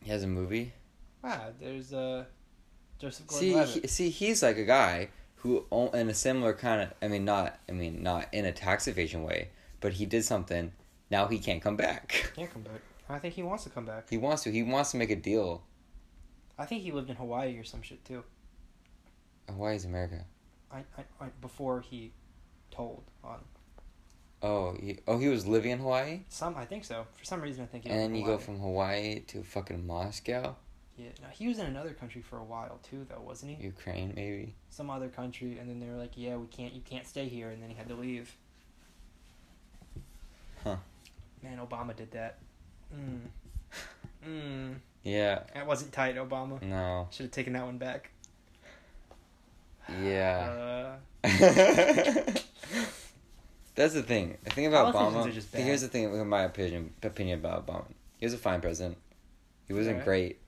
[SPEAKER 1] He has a movie.
[SPEAKER 2] Ah, there's uh Joseph
[SPEAKER 1] See,
[SPEAKER 2] Gordon-Levitt.
[SPEAKER 1] he, see, he's like a guy who, o- in a similar kind of, I mean, not, I mean, not in a tax evasion way, but he did something. Now he can't come back.
[SPEAKER 2] Can't come back. I think he wants to come back.
[SPEAKER 1] He wants to. He wants to make a deal.
[SPEAKER 2] I think he lived in Hawaii or some shit too.
[SPEAKER 1] Hawaii's America.
[SPEAKER 2] I, I, I before he told on
[SPEAKER 1] Oh, he, oh, he was living in Hawaii,
[SPEAKER 2] some. I think so. For some reason, I think. He lived
[SPEAKER 1] and
[SPEAKER 2] in
[SPEAKER 1] you go
[SPEAKER 2] Hawaii.
[SPEAKER 1] from Hawaii to fucking Moscow,
[SPEAKER 2] Yeah, no, he was in another country for a while too, though, wasn't he?
[SPEAKER 1] Ukraine, maybe.
[SPEAKER 2] Some other country, and then they were like, "Yeah, we can't, you can't stay here," and then he had to leave.
[SPEAKER 1] Huh.
[SPEAKER 2] Man, Obama did that. Mm. Mm.
[SPEAKER 1] Yeah.
[SPEAKER 2] That wasn't tight, Obama.
[SPEAKER 1] No.
[SPEAKER 2] Should have taken that one back.
[SPEAKER 1] Yeah.
[SPEAKER 2] Uh,
[SPEAKER 1] That's the thing. The thing about
[SPEAKER 2] Politicians
[SPEAKER 1] Obama.
[SPEAKER 2] are just
[SPEAKER 1] the- Here's the
[SPEAKER 2] bad.
[SPEAKER 1] thing. with My opinion, opinion about Obama. He was a fine president. He wasn't
[SPEAKER 2] Alright.
[SPEAKER 1] great.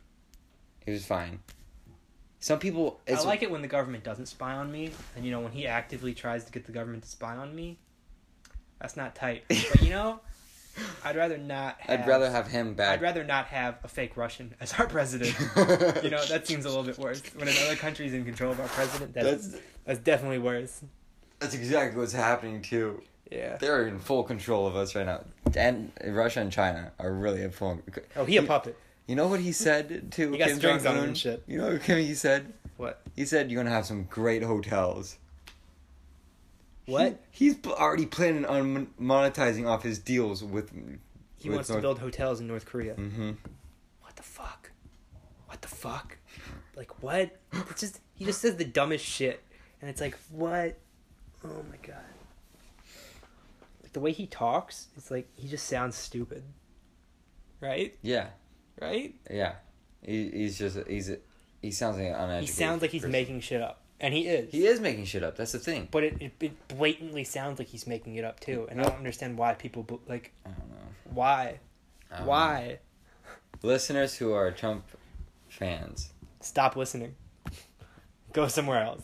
[SPEAKER 1] He was fine. Some people. It's,
[SPEAKER 2] I like it when the government doesn't spy on me, and you know when he actively tries to get the government to spy on me. That's not tight. But you know, I'd rather not. Have,
[SPEAKER 1] I'd rather have him back.
[SPEAKER 2] I'd rather not have a fake Russian as our president. you know that seems a little bit worse when another country's in control of our president that's, that's, definitely worse
[SPEAKER 1] that's exactly what's happening too.
[SPEAKER 2] yeah
[SPEAKER 1] They're in full control of us right now, and Russia and China are really in full.
[SPEAKER 2] oh he a puppet
[SPEAKER 1] You know what he said to
[SPEAKER 2] He got
[SPEAKER 1] Kim
[SPEAKER 2] strings on him
[SPEAKER 1] Jong-un?
[SPEAKER 2] and shit.
[SPEAKER 1] You know what Kim he said?
[SPEAKER 2] what
[SPEAKER 1] He said you're gonna have some great hotels.
[SPEAKER 2] what
[SPEAKER 1] He- he's pl- already planning on mon- monetizing off his deals with.
[SPEAKER 2] he wants to build hotels in north korea
[SPEAKER 1] hmm
[SPEAKER 2] what the fuck what the fuck like what it's just he just says the dumbest shit and it's like what oh my god like the way he talks it's like he just sounds stupid right
[SPEAKER 1] Yeah,
[SPEAKER 2] right
[SPEAKER 1] yeah. He, he's just he's a- he sounds like an
[SPEAKER 2] he
[SPEAKER 1] uneducated.
[SPEAKER 2] sounds like he's
[SPEAKER 1] person.
[SPEAKER 2] making shit up and he is
[SPEAKER 1] He is making shit up. That's the thing.
[SPEAKER 2] But it, it, it blatantly sounds like he's making it up too, and I don't understand why people bel- like
[SPEAKER 1] I don't know.
[SPEAKER 2] why
[SPEAKER 1] I don't
[SPEAKER 2] why
[SPEAKER 1] know. Listeners who are Trump fans,
[SPEAKER 2] stop listening, go somewhere else.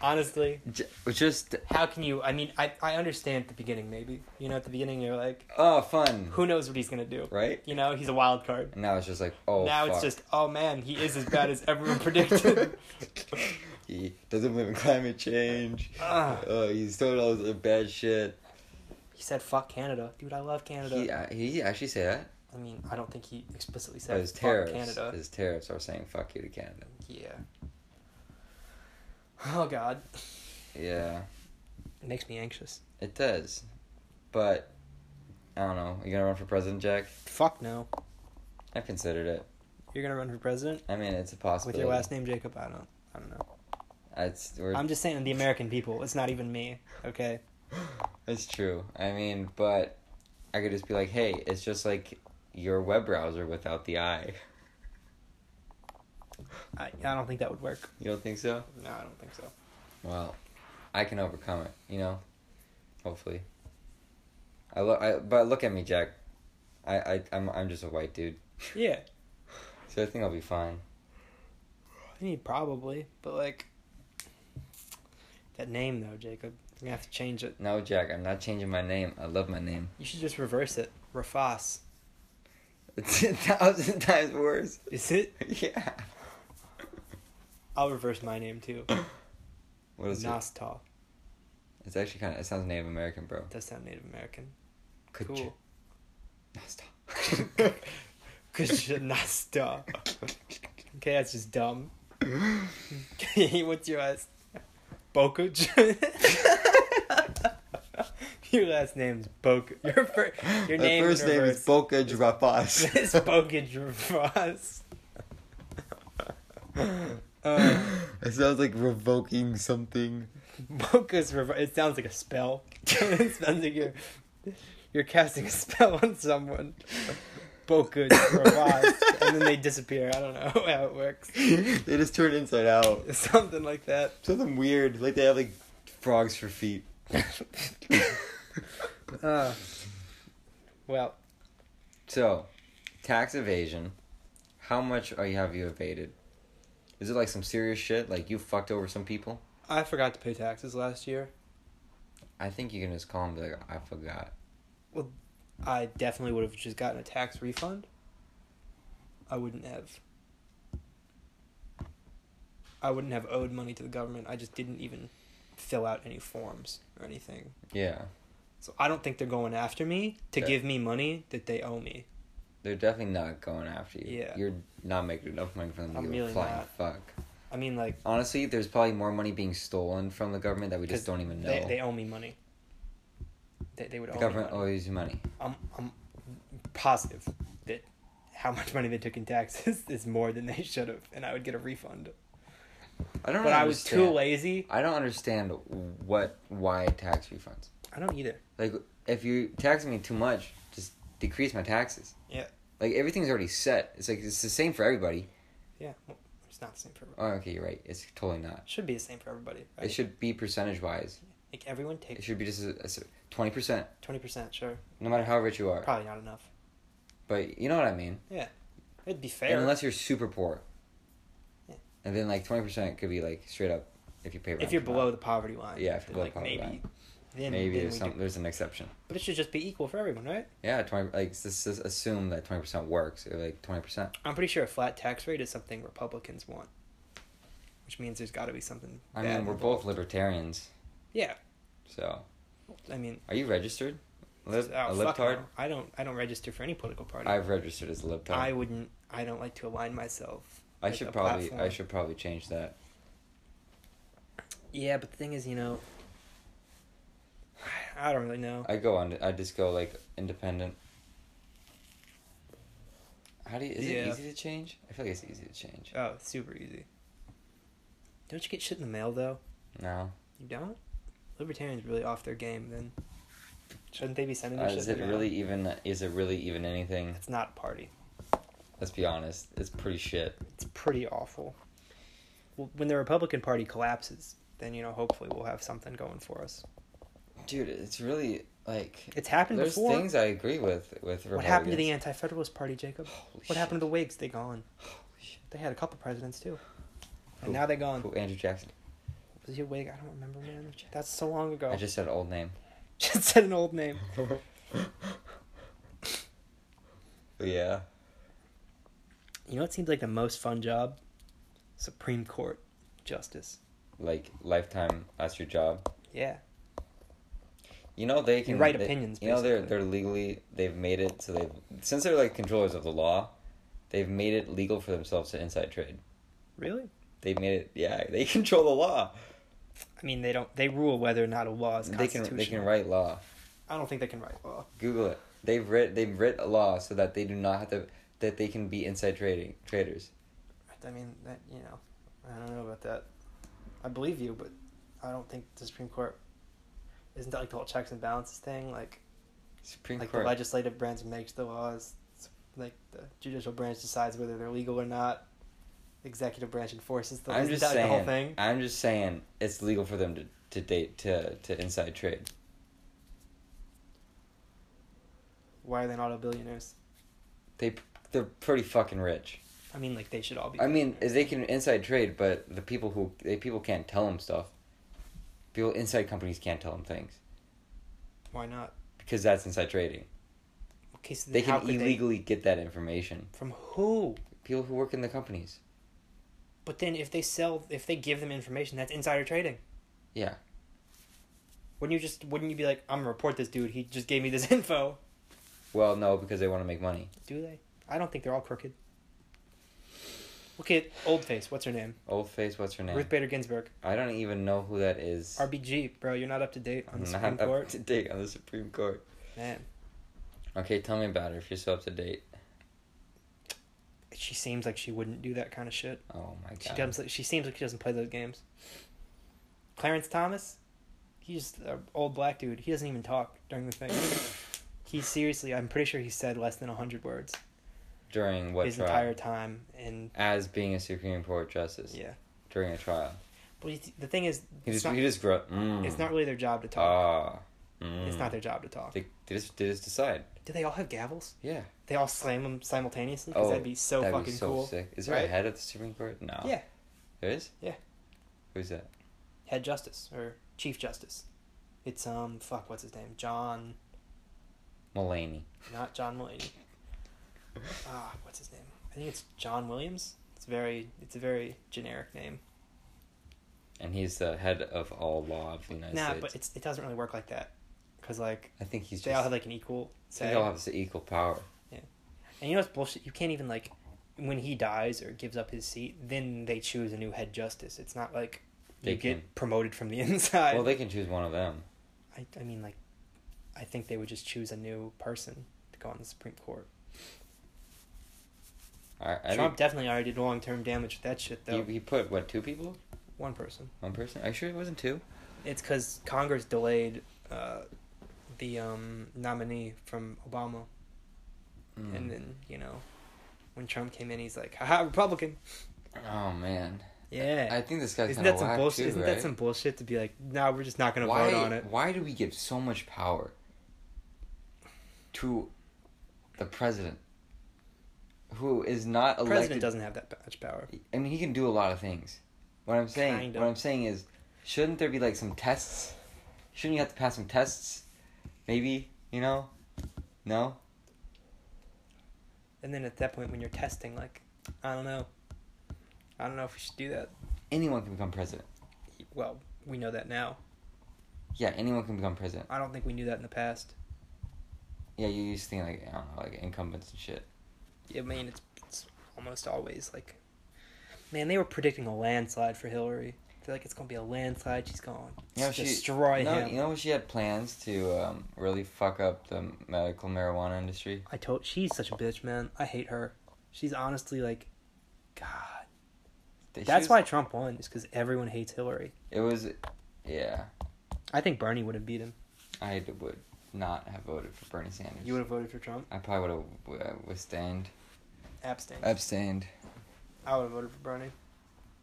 [SPEAKER 2] Honestly,
[SPEAKER 1] J- just
[SPEAKER 2] how can you? I mean, I I understand at the beginning maybe you know at the beginning you're like
[SPEAKER 1] oh fun,
[SPEAKER 2] who knows what he's gonna do
[SPEAKER 1] right?
[SPEAKER 2] you know he's a wild card.
[SPEAKER 1] And now it's just like oh.
[SPEAKER 2] now
[SPEAKER 1] fuck.
[SPEAKER 2] it's just oh man he is as bad as everyone predicted.
[SPEAKER 1] he doesn't believe in climate change.
[SPEAKER 2] Ah.
[SPEAKER 1] Uh, he's doing all this bad shit.
[SPEAKER 2] he said fuck Canada, dude. I love Canada.
[SPEAKER 1] He, uh, he actually say that?
[SPEAKER 2] I mean, I don't think he explicitly
[SPEAKER 1] But
[SPEAKER 2] said
[SPEAKER 1] his
[SPEAKER 2] fuck
[SPEAKER 1] tariffs,
[SPEAKER 2] Canada.
[SPEAKER 1] his tariffs are saying fuck you to Canada.
[SPEAKER 2] Yeah. Oh god,
[SPEAKER 1] Yeah,
[SPEAKER 2] it makes me anxious.
[SPEAKER 1] it does. But I don't know. You gonna run for president, Jack?
[SPEAKER 2] Fuck no.
[SPEAKER 1] I considered it.
[SPEAKER 2] You're gonna run for president
[SPEAKER 1] I mean, it's a
[SPEAKER 2] with
[SPEAKER 1] possibility.
[SPEAKER 2] your last name Jacob. I don't. I don't know.
[SPEAKER 1] It's we're,
[SPEAKER 2] I'm just saying the American people. It's not even me. Okay.
[SPEAKER 1] it's true. I mean, but I could just be like, hey, it's just like your web browser without the I.
[SPEAKER 2] I, I don't think that would work.
[SPEAKER 1] You don't think so?
[SPEAKER 2] No, I don't think so.
[SPEAKER 1] Well, I can overcome it, you know. Hopefully. I look, I but look at me, Jack. I, I, I'm, I'm just a white dude,
[SPEAKER 2] Yeah.
[SPEAKER 1] so I think I'll be fine.
[SPEAKER 2] I mean, probably, but like that name though, Jacob. You're gonna have to change it.
[SPEAKER 1] No, Jack, I'm not changing my name. I love my name.
[SPEAKER 2] You should just reverse it. Rafas.
[SPEAKER 1] It's a thousand times worse.
[SPEAKER 2] Is it?
[SPEAKER 1] yeah.
[SPEAKER 2] I'll reverse my name too.
[SPEAKER 1] What is it?
[SPEAKER 2] Nostal.
[SPEAKER 1] It's actually kind of. It sounds Native American, bro.
[SPEAKER 2] Does sound Native American.
[SPEAKER 1] Could
[SPEAKER 2] cool.
[SPEAKER 1] you- No, stop.
[SPEAKER 2] Kujanasta. okay, that's just dumb. What's your last? Bokaj. your last name's Bok. Your first. Your name.
[SPEAKER 1] first
[SPEAKER 2] in
[SPEAKER 1] name
[SPEAKER 2] reverse.
[SPEAKER 1] is Boca Rapace.
[SPEAKER 2] It's Bokaj Ross. Uh,
[SPEAKER 1] it sounds like revoking something.
[SPEAKER 2] Boca's reverse. It sounds like a spell. it sounds like you're you're casting a spell on someone. Boca's reverse, and then they disappear. I don't know how it works.
[SPEAKER 1] they just turn inside out.
[SPEAKER 2] Something like that.
[SPEAKER 1] Something weird. Like they have like frogs for feet.
[SPEAKER 2] Uh, well,
[SPEAKER 1] so, tax evasion. How much are you have you evaded? Is it like some serious shit? Like you fucked over some people?
[SPEAKER 2] I forgot to pay taxes last year.
[SPEAKER 1] I think you can just call and be like, I forgot.
[SPEAKER 2] I definitely would have just gotten a tax refund. I wouldn't have. I wouldn't have owed money to the government. I just didn't even fill out any forms or anything.
[SPEAKER 1] Yeah,
[SPEAKER 2] So I don't think they're going after me to
[SPEAKER 1] Yeah.
[SPEAKER 2] give me money that they owe me.
[SPEAKER 1] they're definitely not going after you.
[SPEAKER 2] Yeah.
[SPEAKER 1] you're not making enough money for them. to
[SPEAKER 2] I'm
[SPEAKER 1] give a
[SPEAKER 2] really
[SPEAKER 1] flying
[SPEAKER 2] not.
[SPEAKER 1] fuck.
[SPEAKER 2] I mean, like,
[SPEAKER 1] Honestly, there's probably more money being stolen from the government that we just
[SPEAKER 2] 'cause
[SPEAKER 1] don't even know.
[SPEAKER 2] they, they owe me money. They, they would
[SPEAKER 1] the
[SPEAKER 2] owe
[SPEAKER 1] government
[SPEAKER 2] me money.
[SPEAKER 1] owes you money.
[SPEAKER 2] I'm, I'm positive that how much money they took in taxes is more than they should have, and I would get a refund.
[SPEAKER 1] I don't.
[SPEAKER 2] But I was
[SPEAKER 1] understand.
[SPEAKER 2] too lazy.
[SPEAKER 1] I don't understand what why tax refunds.
[SPEAKER 2] I don't either.
[SPEAKER 1] Like if you're taxing me too much, just decrease my taxes.
[SPEAKER 2] Yeah.
[SPEAKER 1] Like everything's already set. It's like it's the same for everybody.
[SPEAKER 2] Yeah, well, it's not the same for everybody.
[SPEAKER 1] Oh, okay, you're right. It's totally not.
[SPEAKER 2] It should be the same for everybody. Right?
[SPEAKER 1] It should be percentage wise.
[SPEAKER 2] Like everyone
[SPEAKER 1] It
[SPEAKER 2] takes
[SPEAKER 1] should be just twenty percent,
[SPEAKER 2] twenty percent. Sure,
[SPEAKER 1] no matter how rich you are.
[SPEAKER 2] probably not enough.
[SPEAKER 1] But you know what I mean.
[SPEAKER 2] It'd be fair.
[SPEAKER 1] And unless you're super poor,
[SPEAKER 2] Yeah.
[SPEAKER 1] and then like twenty percent could be like straight up if you pay.
[SPEAKER 2] if you're below the poverty line,
[SPEAKER 1] Yeah, if
[SPEAKER 2] then,
[SPEAKER 1] you're below
[SPEAKER 2] like
[SPEAKER 1] the poverty
[SPEAKER 2] maybe,
[SPEAKER 1] line.
[SPEAKER 2] then
[SPEAKER 1] maybe
[SPEAKER 2] then
[SPEAKER 1] there's
[SPEAKER 2] we
[SPEAKER 1] some
[SPEAKER 2] do-
[SPEAKER 1] there's an exception.
[SPEAKER 2] But it should just be equal for everyone, right?
[SPEAKER 1] Yeah, twenty like just just assume that twenty percent works. Or like twenty percent.
[SPEAKER 2] I'm pretty sure a flat tax rate is something Republicans want, which means there's got to be something.
[SPEAKER 1] I
[SPEAKER 2] bad
[SPEAKER 1] mean, we're
[SPEAKER 2] involved.
[SPEAKER 1] both libertarians,
[SPEAKER 2] Yeah,
[SPEAKER 1] so
[SPEAKER 2] I mean,
[SPEAKER 1] are you registered? Lib-
[SPEAKER 2] oh,
[SPEAKER 1] a
[SPEAKER 2] fuck
[SPEAKER 1] libtard?
[SPEAKER 2] no. I don't. I don't register for any political party.
[SPEAKER 1] I've registered as a libtard.
[SPEAKER 2] I
[SPEAKER 1] I,
[SPEAKER 2] wouldn't. I don't like to align myself. with
[SPEAKER 1] should
[SPEAKER 2] a
[SPEAKER 1] probably I
[SPEAKER 2] platform.
[SPEAKER 1] should probably change that.
[SPEAKER 2] Yeah, but the thing is, you know, I don't really know.
[SPEAKER 1] I go on. I just go like independent. How do you? Is it
[SPEAKER 2] Yeah.
[SPEAKER 1] easy to change? I feel like it's easy to change.
[SPEAKER 2] Oh, it's super easy. Don't you get shit in the mail though?
[SPEAKER 1] No,
[SPEAKER 2] You don't. Libertarians really off their game. Then shouldn't they be sending
[SPEAKER 1] uh,
[SPEAKER 2] you shit?
[SPEAKER 1] is
[SPEAKER 2] in
[SPEAKER 1] it
[SPEAKER 2] the mail?
[SPEAKER 1] really even? Is it really even anything?
[SPEAKER 2] It's not a party.
[SPEAKER 1] Let's be honest. It's pretty shit.
[SPEAKER 2] It's pretty awful. Well, when the Republican Party collapses, then you know hopefully we'll have something going for us.
[SPEAKER 1] Dude, it's really like
[SPEAKER 2] It's happened
[SPEAKER 1] there's
[SPEAKER 2] before.
[SPEAKER 1] things I agree with with Republicans.
[SPEAKER 2] what happened to the Anti-Federalist Party, Jacob?
[SPEAKER 1] Holy
[SPEAKER 2] What happened to the
[SPEAKER 1] shit.
[SPEAKER 2] Whigs? They gone.
[SPEAKER 1] Holy shit.
[SPEAKER 2] They had a couple presidents too, and
[SPEAKER 1] Who?
[SPEAKER 2] now they're gone.
[SPEAKER 1] Who- Andrew Jackson.
[SPEAKER 2] Was he a Whig? I don't remember, man. That's so long ago.
[SPEAKER 1] I just said old name.
[SPEAKER 2] just said an old name.
[SPEAKER 1] yeah.
[SPEAKER 2] You know what seems like the most fun job? Supreme Court justice.
[SPEAKER 1] Like lifetime that's your job.
[SPEAKER 2] Yeah.
[SPEAKER 1] You know they can
[SPEAKER 2] write
[SPEAKER 1] they-
[SPEAKER 2] opinions,
[SPEAKER 1] You know they're
[SPEAKER 2] basically.
[SPEAKER 1] they're legally they've made it so they've since they're like controllers of the law, they've made it legal for themselves to inside trade.
[SPEAKER 2] Really?
[SPEAKER 1] They've made it yeah, they control the law.
[SPEAKER 2] I mean, they don't. They rule whether or not a law is
[SPEAKER 1] They
[SPEAKER 2] constitutional.
[SPEAKER 1] can they can write law.
[SPEAKER 2] I don't think they can write law.
[SPEAKER 1] Google it. They've writ they've writ a law so that they do not have to that they can be inside trading traders.
[SPEAKER 2] I mean, that you know, I don't know about that. I believe you, but I don't think the Supreme Court isn't that like the whole checks and balances thing. Like,
[SPEAKER 1] Supreme
[SPEAKER 2] like
[SPEAKER 1] Court.
[SPEAKER 2] the legislative branch makes the laws. It's Like the judicial branch decides whether they're legal or not. Executive branch enforces the.
[SPEAKER 1] I'm
[SPEAKER 2] isn't
[SPEAKER 1] just
[SPEAKER 2] that, like,
[SPEAKER 1] saying.
[SPEAKER 2] the whole thing.
[SPEAKER 1] I'm just saying it's legal for them to, to date to to inside trade.
[SPEAKER 2] Why are they not all billionaires?
[SPEAKER 1] They they're pretty fucking rich.
[SPEAKER 2] I mean, like they should all be.
[SPEAKER 1] I mean,
[SPEAKER 2] billionaires.
[SPEAKER 1] they can inside trade, but the people who they people can't tell them stuff. People inside companies can't tell them things
[SPEAKER 2] why not?
[SPEAKER 1] because that's inside trading.
[SPEAKER 2] Okay, so
[SPEAKER 1] They
[SPEAKER 2] then how
[SPEAKER 1] can
[SPEAKER 2] could
[SPEAKER 1] illegally get that information.
[SPEAKER 2] from who?
[SPEAKER 1] People who work in the companies.
[SPEAKER 2] But then if they sell, if they give them information, that's insider trading.
[SPEAKER 1] Yeah.
[SPEAKER 2] Wouldn't you just? Wouldn't you be like, I'm gonna report this dude. He just gave me this info.
[SPEAKER 1] Well, no, because they want to make money.
[SPEAKER 2] Do they? I don't think they're all crooked. Look at Old Face. What's her name?
[SPEAKER 1] Old face, what's her name?
[SPEAKER 2] Ruth Bader Ginsburg.
[SPEAKER 1] I don't even know who that is.
[SPEAKER 2] RBG, bro. You're not up to date on
[SPEAKER 1] I'm
[SPEAKER 2] the
[SPEAKER 1] not
[SPEAKER 2] Supreme
[SPEAKER 1] up
[SPEAKER 2] Court.
[SPEAKER 1] to date on the Supreme Court.
[SPEAKER 2] Man,
[SPEAKER 1] Okay, tell me about her if you're so up to date.
[SPEAKER 2] she seems like she wouldn't do that kind of shit.
[SPEAKER 1] Oh my god.
[SPEAKER 2] She comes. Like, she seems like she doesn't play those games. Clarence Thomas, he's an old black dude. He doesn't even talk during the thing. he seriously, I'm pretty sure he said less than hundred words
[SPEAKER 1] During what
[SPEAKER 2] his
[SPEAKER 1] trial?
[SPEAKER 2] entire time. And
[SPEAKER 1] As being a Supreme Court justice
[SPEAKER 2] yeah,
[SPEAKER 1] during a trial.
[SPEAKER 2] but you th- the thing is,
[SPEAKER 1] He
[SPEAKER 2] it's
[SPEAKER 1] just
[SPEAKER 2] not,
[SPEAKER 1] he just gro- mm.
[SPEAKER 2] it's not really their job to talk.
[SPEAKER 1] Ah. Mm.
[SPEAKER 2] It's not their job to talk.
[SPEAKER 1] They, they just they just decide.
[SPEAKER 2] Do they all have gavels?
[SPEAKER 1] Yeah.
[SPEAKER 2] They all slam them simultaneously. 'Cause
[SPEAKER 1] Oh,
[SPEAKER 2] that'd be so
[SPEAKER 1] That'd
[SPEAKER 2] fucking
[SPEAKER 1] be so
[SPEAKER 2] cool.
[SPEAKER 1] sick. Is there a
[SPEAKER 2] Right.
[SPEAKER 1] head at the Supreme Court? No.
[SPEAKER 2] Yeah,
[SPEAKER 1] There is?
[SPEAKER 2] Yeah.
[SPEAKER 1] Who's that?
[SPEAKER 2] head justice or chief justice. It's um fuck what's his name John,
[SPEAKER 1] Mulaney.
[SPEAKER 2] not John Mulaney. Ah, what's his name? I think it's John Williams. It's very it's a very generic name.
[SPEAKER 1] And he's the head of all law of the United
[SPEAKER 2] nah,
[SPEAKER 1] States.
[SPEAKER 2] but it's it doesn't really work like that, cause like
[SPEAKER 1] I think he's
[SPEAKER 2] they
[SPEAKER 1] just.
[SPEAKER 2] all have like an
[SPEAKER 1] I
[SPEAKER 2] equal
[SPEAKER 1] think
[SPEAKER 2] say.
[SPEAKER 1] they all have the equal power.
[SPEAKER 2] And you know what's bullshit? You can't even like when he dies or gives up his seat, then they choose a new head justice. It's not like you
[SPEAKER 1] They
[SPEAKER 2] get
[SPEAKER 1] can-
[SPEAKER 2] promoted from the inside.
[SPEAKER 1] well, they can choose one of them.
[SPEAKER 2] I, I mean, like, I think they would just choose a new person to go on the Supreme Court.
[SPEAKER 1] I, I
[SPEAKER 2] Trump definitely already did long term damage with that shit, though.
[SPEAKER 1] think he, he put what two people,
[SPEAKER 2] One person.
[SPEAKER 1] one person. Are you sure it wasn't two?
[SPEAKER 2] It's because Congress delayed uh, the um, nominee from Obama.
[SPEAKER 1] Mm.
[SPEAKER 2] And then, you know, when Trump came in, he's like, haha, Republican.
[SPEAKER 1] oh man,
[SPEAKER 2] Yeah.
[SPEAKER 1] I think this guy's
[SPEAKER 2] isn't
[SPEAKER 1] kind of
[SPEAKER 2] that some
[SPEAKER 1] whack
[SPEAKER 2] bullshit?
[SPEAKER 1] too,
[SPEAKER 2] isn't
[SPEAKER 1] right?
[SPEAKER 2] that some bullshit to be like, nah, we're just not going to
[SPEAKER 1] why?
[SPEAKER 2] vote on it?
[SPEAKER 1] Why do we give so much power to the president, who is not elected?
[SPEAKER 2] President doesn't have that much power.
[SPEAKER 1] I mean, he can do a lot of things. What I'm saying,
[SPEAKER 2] Kind
[SPEAKER 1] what
[SPEAKER 2] of.
[SPEAKER 1] I'm saying is, shouldn't there be like some tests? Shouldn't you have to pass some tests? Maybe you know, no.
[SPEAKER 2] And then at that point, when you're testing, like, I don't know. I don't know if we should do that.
[SPEAKER 1] Anyone can become president.
[SPEAKER 2] Well, we know that now.
[SPEAKER 1] Yeah, anyone can become president.
[SPEAKER 2] I don't think we knew that in the past.
[SPEAKER 1] Yeah, you used to think like I don't know, like incumbents and shit.
[SPEAKER 2] I mean, it's, it's almost always like, man, they were predicting a landslide for Hillary. They're like, it's gonna be a landslide. She's gonna
[SPEAKER 1] You know, she-
[SPEAKER 2] destroy
[SPEAKER 1] no,
[SPEAKER 2] him.
[SPEAKER 1] You know, she had plans to um, really fuck up the medical marijuana industry.
[SPEAKER 2] I told she's such a bitch, man. I hate her. She's honestly like, God.
[SPEAKER 1] She
[SPEAKER 2] That's
[SPEAKER 1] was-
[SPEAKER 2] why Trump won, is because everyone hates Hillary.
[SPEAKER 1] it was. Yeah,
[SPEAKER 2] I think Bernie would have beat him.
[SPEAKER 1] I would not have voted for Bernie Sanders.
[SPEAKER 2] You would have voted for Trump.
[SPEAKER 1] I probably would have withstand,
[SPEAKER 2] Abstain.
[SPEAKER 1] abstained.
[SPEAKER 2] I would have voted for Bernie.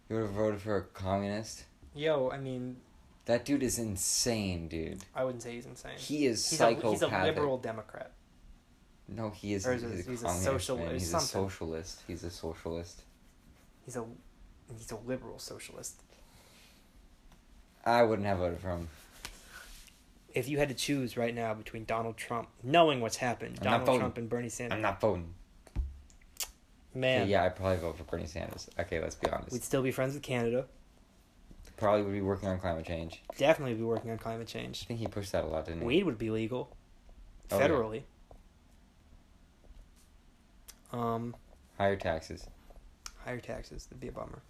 [SPEAKER 1] You would have voted for a communist.
[SPEAKER 2] Yo, I mean,
[SPEAKER 1] That dude is insane, dude.
[SPEAKER 2] I wouldn't say he's insane.
[SPEAKER 1] He is
[SPEAKER 2] He's a,
[SPEAKER 1] psychopathic.
[SPEAKER 2] he's a liberal Democrat.
[SPEAKER 1] No, he is.
[SPEAKER 2] Or
[SPEAKER 1] He's
[SPEAKER 2] is
[SPEAKER 1] a,
[SPEAKER 2] it- he's a
[SPEAKER 1] communist,
[SPEAKER 2] social-
[SPEAKER 1] man.
[SPEAKER 2] or
[SPEAKER 1] He's a
[SPEAKER 2] something.
[SPEAKER 1] socialist. He's a socialist.
[SPEAKER 2] He's a he's a liberal socialist.
[SPEAKER 1] I wouldn't have voted for him.
[SPEAKER 2] if you had to choose right now between Donald Trump, knowing what's happened,
[SPEAKER 1] I'm not
[SPEAKER 2] Donald
[SPEAKER 1] voting.
[SPEAKER 2] Trump and Bernie Sanders,
[SPEAKER 1] I'm not voting.
[SPEAKER 2] man,
[SPEAKER 1] Okay, yeah, I'd probably vote for Bernie Sanders. Okay, let's be honest.
[SPEAKER 2] we'd still be friends with Canada.
[SPEAKER 1] Probably would be working on climate change.
[SPEAKER 2] Definitely be working on climate
[SPEAKER 1] I
[SPEAKER 2] change.
[SPEAKER 1] think he pushed that a lot, didn't he?
[SPEAKER 2] Weed would be legal
[SPEAKER 1] Oh, yeah.
[SPEAKER 2] federally. Um,
[SPEAKER 1] Higher taxes.
[SPEAKER 2] higher taxes that'd be a bummer.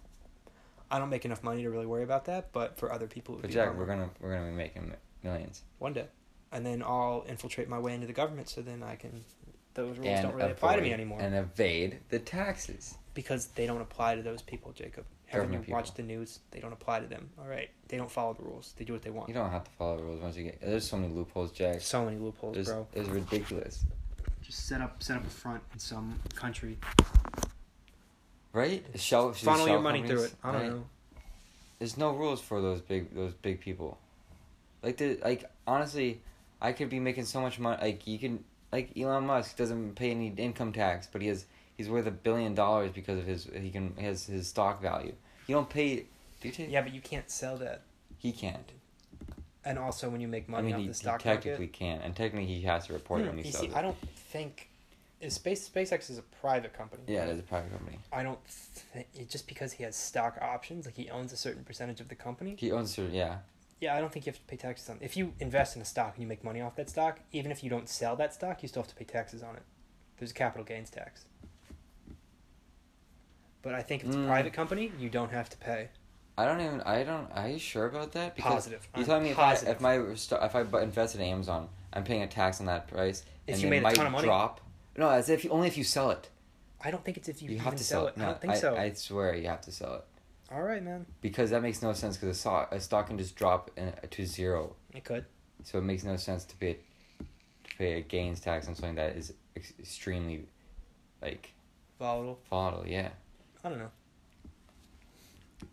[SPEAKER 2] I don't make enough money to really worry about that, but for other people, it would
[SPEAKER 1] But
[SPEAKER 2] be a
[SPEAKER 1] Jack,
[SPEAKER 2] bummer.
[SPEAKER 1] we're gonna we're gonna be making mi- millions.
[SPEAKER 2] one day, and then I'll infiltrate my way into the government, so then I can. Those rules
[SPEAKER 1] and
[SPEAKER 2] don't really apply to me
[SPEAKER 1] avoid-
[SPEAKER 2] anymore
[SPEAKER 1] And evade the taxes.
[SPEAKER 2] because they don't apply to those people, Jacob. Haven't you
[SPEAKER 1] Government
[SPEAKER 2] watched the news? They don't apply to them. All right, they don't follow the rules. They do what they want.
[SPEAKER 1] You don't have to follow the rules once you get. There's so many loopholes, Jack.
[SPEAKER 2] so many loopholes,
[SPEAKER 1] There's,
[SPEAKER 2] bro.
[SPEAKER 1] it's ridiculous,
[SPEAKER 2] Just set up, set up a front in some country.
[SPEAKER 1] right? Shell, these
[SPEAKER 2] Funnel your
[SPEAKER 1] shell
[SPEAKER 2] money through
[SPEAKER 1] companies,
[SPEAKER 2] it. I don't
[SPEAKER 1] right?
[SPEAKER 2] know.
[SPEAKER 1] There's no rules for those big those big people. Like the like honestly, I could be making so much money. Like you can like Elon Musk doesn't pay any income tax, but he has he's worth a billion dollars because of his he can he has his stock value. You don't pay. Do you take?
[SPEAKER 2] Yeah, but you can't sell that.
[SPEAKER 1] He can't.
[SPEAKER 2] And also, when you make
[SPEAKER 1] I
[SPEAKER 2] money
[SPEAKER 1] mean,
[SPEAKER 2] off
[SPEAKER 1] he,
[SPEAKER 2] the
[SPEAKER 1] he
[SPEAKER 2] stock
[SPEAKER 1] technically
[SPEAKER 2] market,
[SPEAKER 1] can, and technically he has to report it
[SPEAKER 2] Hmm,
[SPEAKER 1] when he
[SPEAKER 2] you
[SPEAKER 1] sells
[SPEAKER 2] see,
[SPEAKER 1] it.
[SPEAKER 2] I don't think is space SpaceX is a private company.
[SPEAKER 1] Yeah, it is a private company.
[SPEAKER 2] I don't thi- it just because he has stock options, like he owns a certain percentage of the company.
[SPEAKER 1] He owns it. Yeah,
[SPEAKER 2] Yeah, I don't think you have to pay taxes on. If you invest in a stock and you make money off that stock, even if you don't sell that stock, you still have to pay taxes on it. There's a capital gains tax. But I think if it's
[SPEAKER 1] Mm.
[SPEAKER 2] a private company, you don't have to pay.
[SPEAKER 1] I don't even. I don't. Are you sure about that?
[SPEAKER 2] Positive.
[SPEAKER 1] You're
[SPEAKER 2] I'm
[SPEAKER 1] telling me if, I,
[SPEAKER 2] positive.
[SPEAKER 1] if my sto- if I bu- invested in Amazon, I'm paying a tax on that price,
[SPEAKER 2] If
[SPEAKER 1] and
[SPEAKER 2] you
[SPEAKER 1] it
[SPEAKER 2] made a
[SPEAKER 1] might
[SPEAKER 2] ton of money.
[SPEAKER 1] drop. No, as if you, only if you sell it.
[SPEAKER 2] I don't think it's if you,
[SPEAKER 1] You,
[SPEAKER 2] even
[SPEAKER 1] have to
[SPEAKER 2] sell, it.
[SPEAKER 1] No,
[SPEAKER 2] I don't think so.
[SPEAKER 1] I swear you have to sell it
[SPEAKER 2] All right, man.
[SPEAKER 1] because that makes no sense. Because a stock a stock can just drop in, to zero,
[SPEAKER 2] It could.
[SPEAKER 1] so it makes no sense to pay to pay a gains tax on something that is ex- extremely like
[SPEAKER 2] Volatile.
[SPEAKER 1] volatile. Yeah,
[SPEAKER 2] I don't know.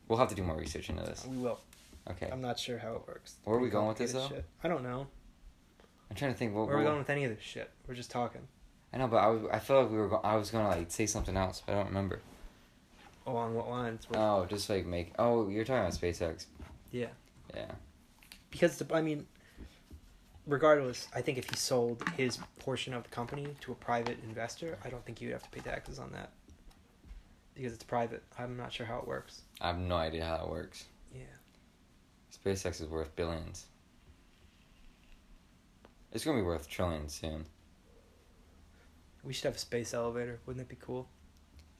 [SPEAKER 1] we'll have to do more research into this.
[SPEAKER 2] We will.
[SPEAKER 1] Okay,
[SPEAKER 2] I'm not sure how it works.
[SPEAKER 1] Where are we going with this,
[SPEAKER 2] Complicated shit. I don't know.
[SPEAKER 1] I'm trying to think. What
[SPEAKER 2] Where are we
[SPEAKER 1] what-
[SPEAKER 2] going with any of this shit? We're just talking.
[SPEAKER 1] I know, but I, was, I feel like we were. Go- I was gonna like say something else, but I don't remember.
[SPEAKER 2] Along what lines? We're-
[SPEAKER 1] Oh, just like make. Oh, you're talking about SpaceX.
[SPEAKER 2] yeah.
[SPEAKER 1] Yeah.
[SPEAKER 2] Because the, I mean, regardless, I think if he sold his portion of the company to a private investor, I don't think you would have to pay taxes on that. Because it's private. I'm not sure how it works.
[SPEAKER 1] I have no idea how that works.
[SPEAKER 2] Yeah.
[SPEAKER 1] SpaceX is worth billions. It's gonna be worth trillions soon.
[SPEAKER 2] We should have a space elevator. Wouldn't that be cool?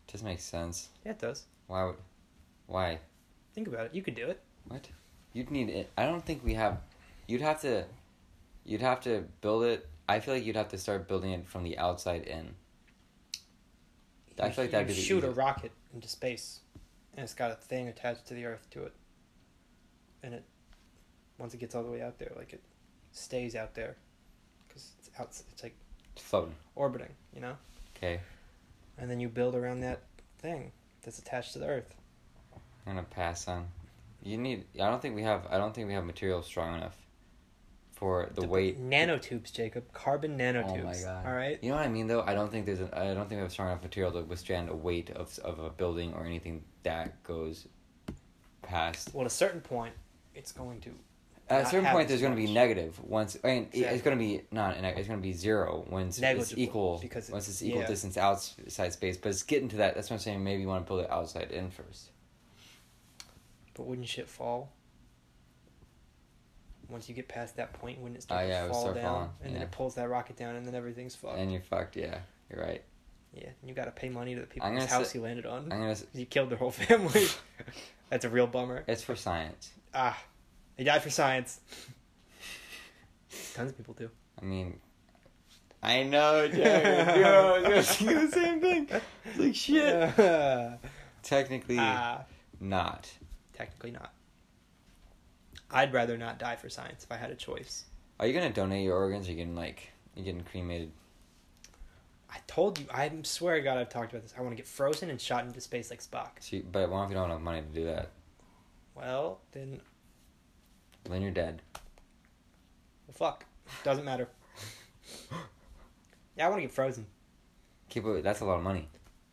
[SPEAKER 1] Just makes sense.
[SPEAKER 2] Yeah, it does.
[SPEAKER 1] Why would? Why?
[SPEAKER 2] Think about it. You could do it.
[SPEAKER 1] What? You'd need it. I don't think we have. You'd have to. You'd have to build it. I feel like you'd have to start building it from the outside in. I feel like
[SPEAKER 2] You
[SPEAKER 1] that'd be the
[SPEAKER 2] shoot a
[SPEAKER 1] easiest.
[SPEAKER 2] rocket into space, and it's got a thing attached to the Earth to it, and it once it gets all the way out there, like it stays out there, because it's out. It's like
[SPEAKER 1] It's floating.
[SPEAKER 2] orbiting, you know.
[SPEAKER 1] Okay.
[SPEAKER 2] And then you build around that thing that's attached to the Earth.
[SPEAKER 1] I'm gonna pass on. You need. I don't think we have. I don't think we have material strong enough for the,
[SPEAKER 2] The
[SPEAKER 1] weight.
[SPEAKER 2] Nanotubes, Jacob. Carbon nanotubes.
[SPEAKER 1] Oh my god!
[SPEAKER 2] All right.
[SPEAKER 1] You know what I mean, though. I don't think there's. An, I don't think we have strong enough material to withstand a weight of of a building or anything that goes past.
[SPEAKER 2] Well, at a certain point, it's going to.
[SPEAKER 1] At a
[SPEAKER 2] Not
[SPEAKER 1] certain
[SPEAKER 2] have
[SPEAKER 1] point,
[SPEAKER 2] this
[SPEAKER 1] there's gonna be
[SPEAKER 2] much.
[SPEAKER 1] negative once. I mean, it- it's
[SPEAKER 2] Exactly.
[SPEAKER 1] gonna be not. a neg- It's gonna be zero once it's
[SPEAKER 2] Negligible,
[SPEAKER 1] equal.
[SPEAKER 2] because it-
[SPEAKER 1] once it's equal
[SPEAKER 2] yeah.
[SPEAKER 1] distance outside space, but it's getting to that. That's what I'm saying. Maybe you want to build it outside in first.
[SPEAKER 2] But wouldn't shit fall? Once you get past that point, wouldn't it
[SPEAKER 1] Oh,
[SPEAKER 2] start
[SPEAKER 1] yeah, it
[SPEAKER 2] to
[SPEAKER 1] would
[SPEAKER 2] fall
[SPEAKER 1] start
[SPEAKER 2] down?
[SPEAKER 1] falling,
[SPEAKER 2] And then
[SPEAKER 1] yeah.
[SPEAKER 2] it pulls that rocket down, and then everything's fucked.
[SPEAKER 1] And you're fucked. Yeah, you're right.
[SPEAKER 2] Yeah, and you got to pay money to the
[SPEAKER 1] I'm
[SPEAKER 2] people's
[SPEAKER 1] gonna
[SPEAKER 2] house
[SPEAKER 1] say-
[SPEAKER 2] you landed on.
[SPEAKER 1] I'm gonna. s-
[SPEAKER 2] You killed their whole family. That's a real bummer.
[SPEAKER 1] It's for science.
[SPEAKER 2] Ah, they died for science. Tons of people do.
[SPEAKER 1] I mean, I know, Jared. Yo, I was gonna say the same thing. It's like shit.
[SPEAKER 2] Yeah.
[SPEAKER 1] Technically,
[SPEAKER 2] Ah,
[SPEAKER 1] not.
[SPEAKER 2] technically not. I'd rather not die for science if I had a choice.
[SPEAKER 1] Are you gonna donate your organs? Or you getting like you getting cremated?
[SPEAKER 2] I told you. I swear to God, I've talked about this. I want to get frozen and shot into space like Spock.
[SPEAKER 1] So you, but what if you don't have money to do that?
[SPEAKER 2] Well, then,
[SPEAKER 1] Then you're dead.
[SPEAKER 2] well, fuck. Doesn't matter. Yeah, I want to get frozen.
[SPEAKER 1] Keep it. That's a lot of money.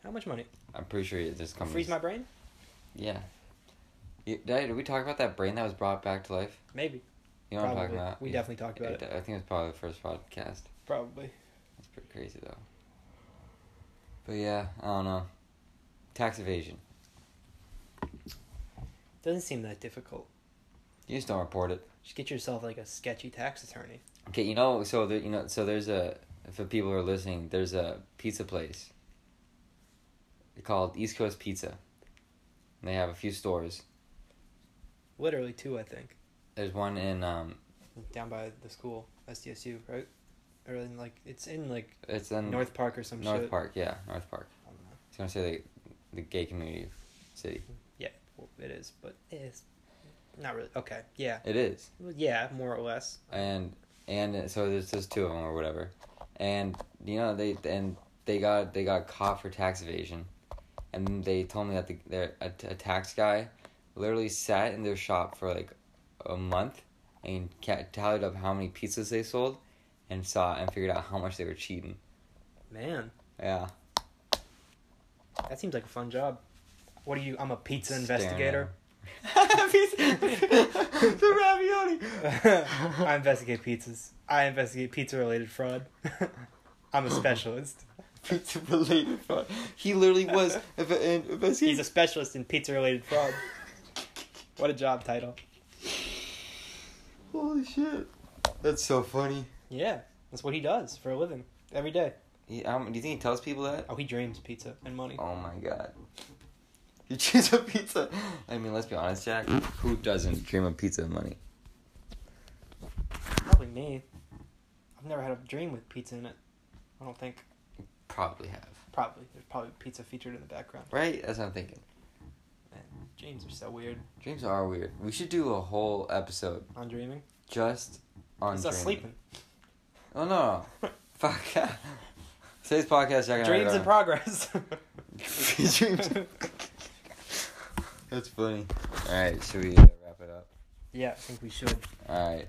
[SPEAKER 2] How much money?
[SPEAKER 1] I'm pretty sure it just comes.
[SPEAKER 2] Freeze my brain?
[SPEAKER 1] Yeah. You, did, I- did we talk about that brain that was brought back to life?
[SPEAKER 2] Maybe.
[SPEAKER 1] You know what I'm
[SPEAKER 2] Probably.
[SPEAKER 1] talking about?
[SPEAKER 2] We
[SPEAKER 1] Yeah.
[SPEAKER 2] definitely talked about it.
[SPEAKER 1] I think it was probably the first podcast.
[SPEAKER 2] Probably.
[SPEAKER 1] That's pretty crazy though. But yeah, I don't know. Tax evasion.
[SPEAKER 2] Doesn't seem that difficult.
[SPEAKER 1] You just don't report it.
[SPEAKER 2] Just get yourself like a sketchy tax attorney.
[SPEAKER 1] Okay, you know, so there, you know, so there's a for people who are listening, there's a pizza place called East Coast Pizza. And they have a few stores.
[SPEAKER 2] Literally two, I think.
[SPEAKER 1] There's one in um,
[SPEAKER 2] Down by the school, SDSU, right? Or in like it's in like
[SPEAKER 1] it's in
[SPEAKER 2] North Park or some
[SPEAKER 1] North
[SPEAKER 2] shit.
[SPEAKER 1] Park, yeah, North Park.
[SPEAKER 2] I don't know.
[SPEAKER 1] It's gonna say the the gay community of city.
[SPEAKER 2] Yeah, well, it is, but it's not really. Okay, yeah,
[SPEAKER 1] It is,
[SPEAKER 2] Well, yeah, more or less.
[SPEAKER 1] and and so there's just two of them or whatever, and you know they and they got they got caught for tax evasion, and they told me that the their a, a tax guy literally sat in their shop for like a month and ca- tallied up how many pizzas they sold and saw and figured out how much they were cheating.
[SPEAKER 2] Man,
[SPEAKER 1] Yeah.
[SPEAKER 2] that seems like a fun job. What do you? I'm a pizza
[SPEAKER 1] Staring
[SPEAKER 2] investigator.
[SPEAKER 1] at 'em. the ravioli.
[SPEAKER 2] I investigate pizzas. I investigate pizza related fraud. I'm a specialist.
[SPEAKER 1] Pizza related fraud. He literally was. If, and, if I see-
[SPEAKER 2] He's a specialist in pizza related fraud. What a job title.
[SPEAKER 1] Holy shit. That's so funny.
[SPEAKER 2] Yeah, that's what he does for a living every day.
[SPEAKER 1] He, um, do you think he tells people that?
[SPEAKER 2] Oh, he dreams pizza and money.
[SPEAKER 1] Oh my god. You choose a pizza. I mean, let's be honest, Jack. Who doesn't dream of pizza and money?
[SPEAKER 2] Probably me. I've never had a dream with pizza in it. I don't think.
[SPEAKER 1] Probably have.
[SPEAKER 2] Probably. There's probably pizza featured in the background.
[SPEAKER 1] Right? That's what I'm thinking.
[SPEAKER 2] Man, dreams are so weird.
[SPEAKER 1] Dreams are weird. We should do a whole episode
[SPEAKER 2] On dreaming?
[SPEAKER 1] just on.
[SPEAKER 2] it's not
[SPEAKER 1] dreaming.
[SPEAKER 2] sleeping.
[SPEAKER 1] Oh no! Fuck. Today's podcast, Jack. and I
[SPEAKER 2] dreams
[SPEAKER 1] are-
[SPEAKER 2] in progress.
[SPEAKER 1] Dreams. That's funny. All right, should we uh, wrap it up?
[SPEAKER 2] yeah, I think we should.
[SPEAKER 1] All right,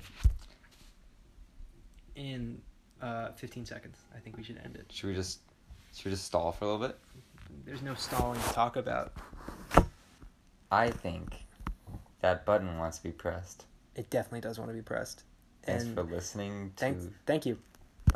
[SPEAKER 2] In uh, 15 seconds, I think we should end it.
[SPEAKER 1] should we just should we just stall for a little bit?
[SPEAKER 2] There's no stalling to talk about.
[SPEAKER 1] I think that button wants to be pressed.
[SPEAKER 2] It definitely does want to be pressed.
[SPEAKER 1] Thanks
[SPEAKER 2] And
[SPEAKER 1] for listening. To
[SPEAKER 2] thanks, thank you.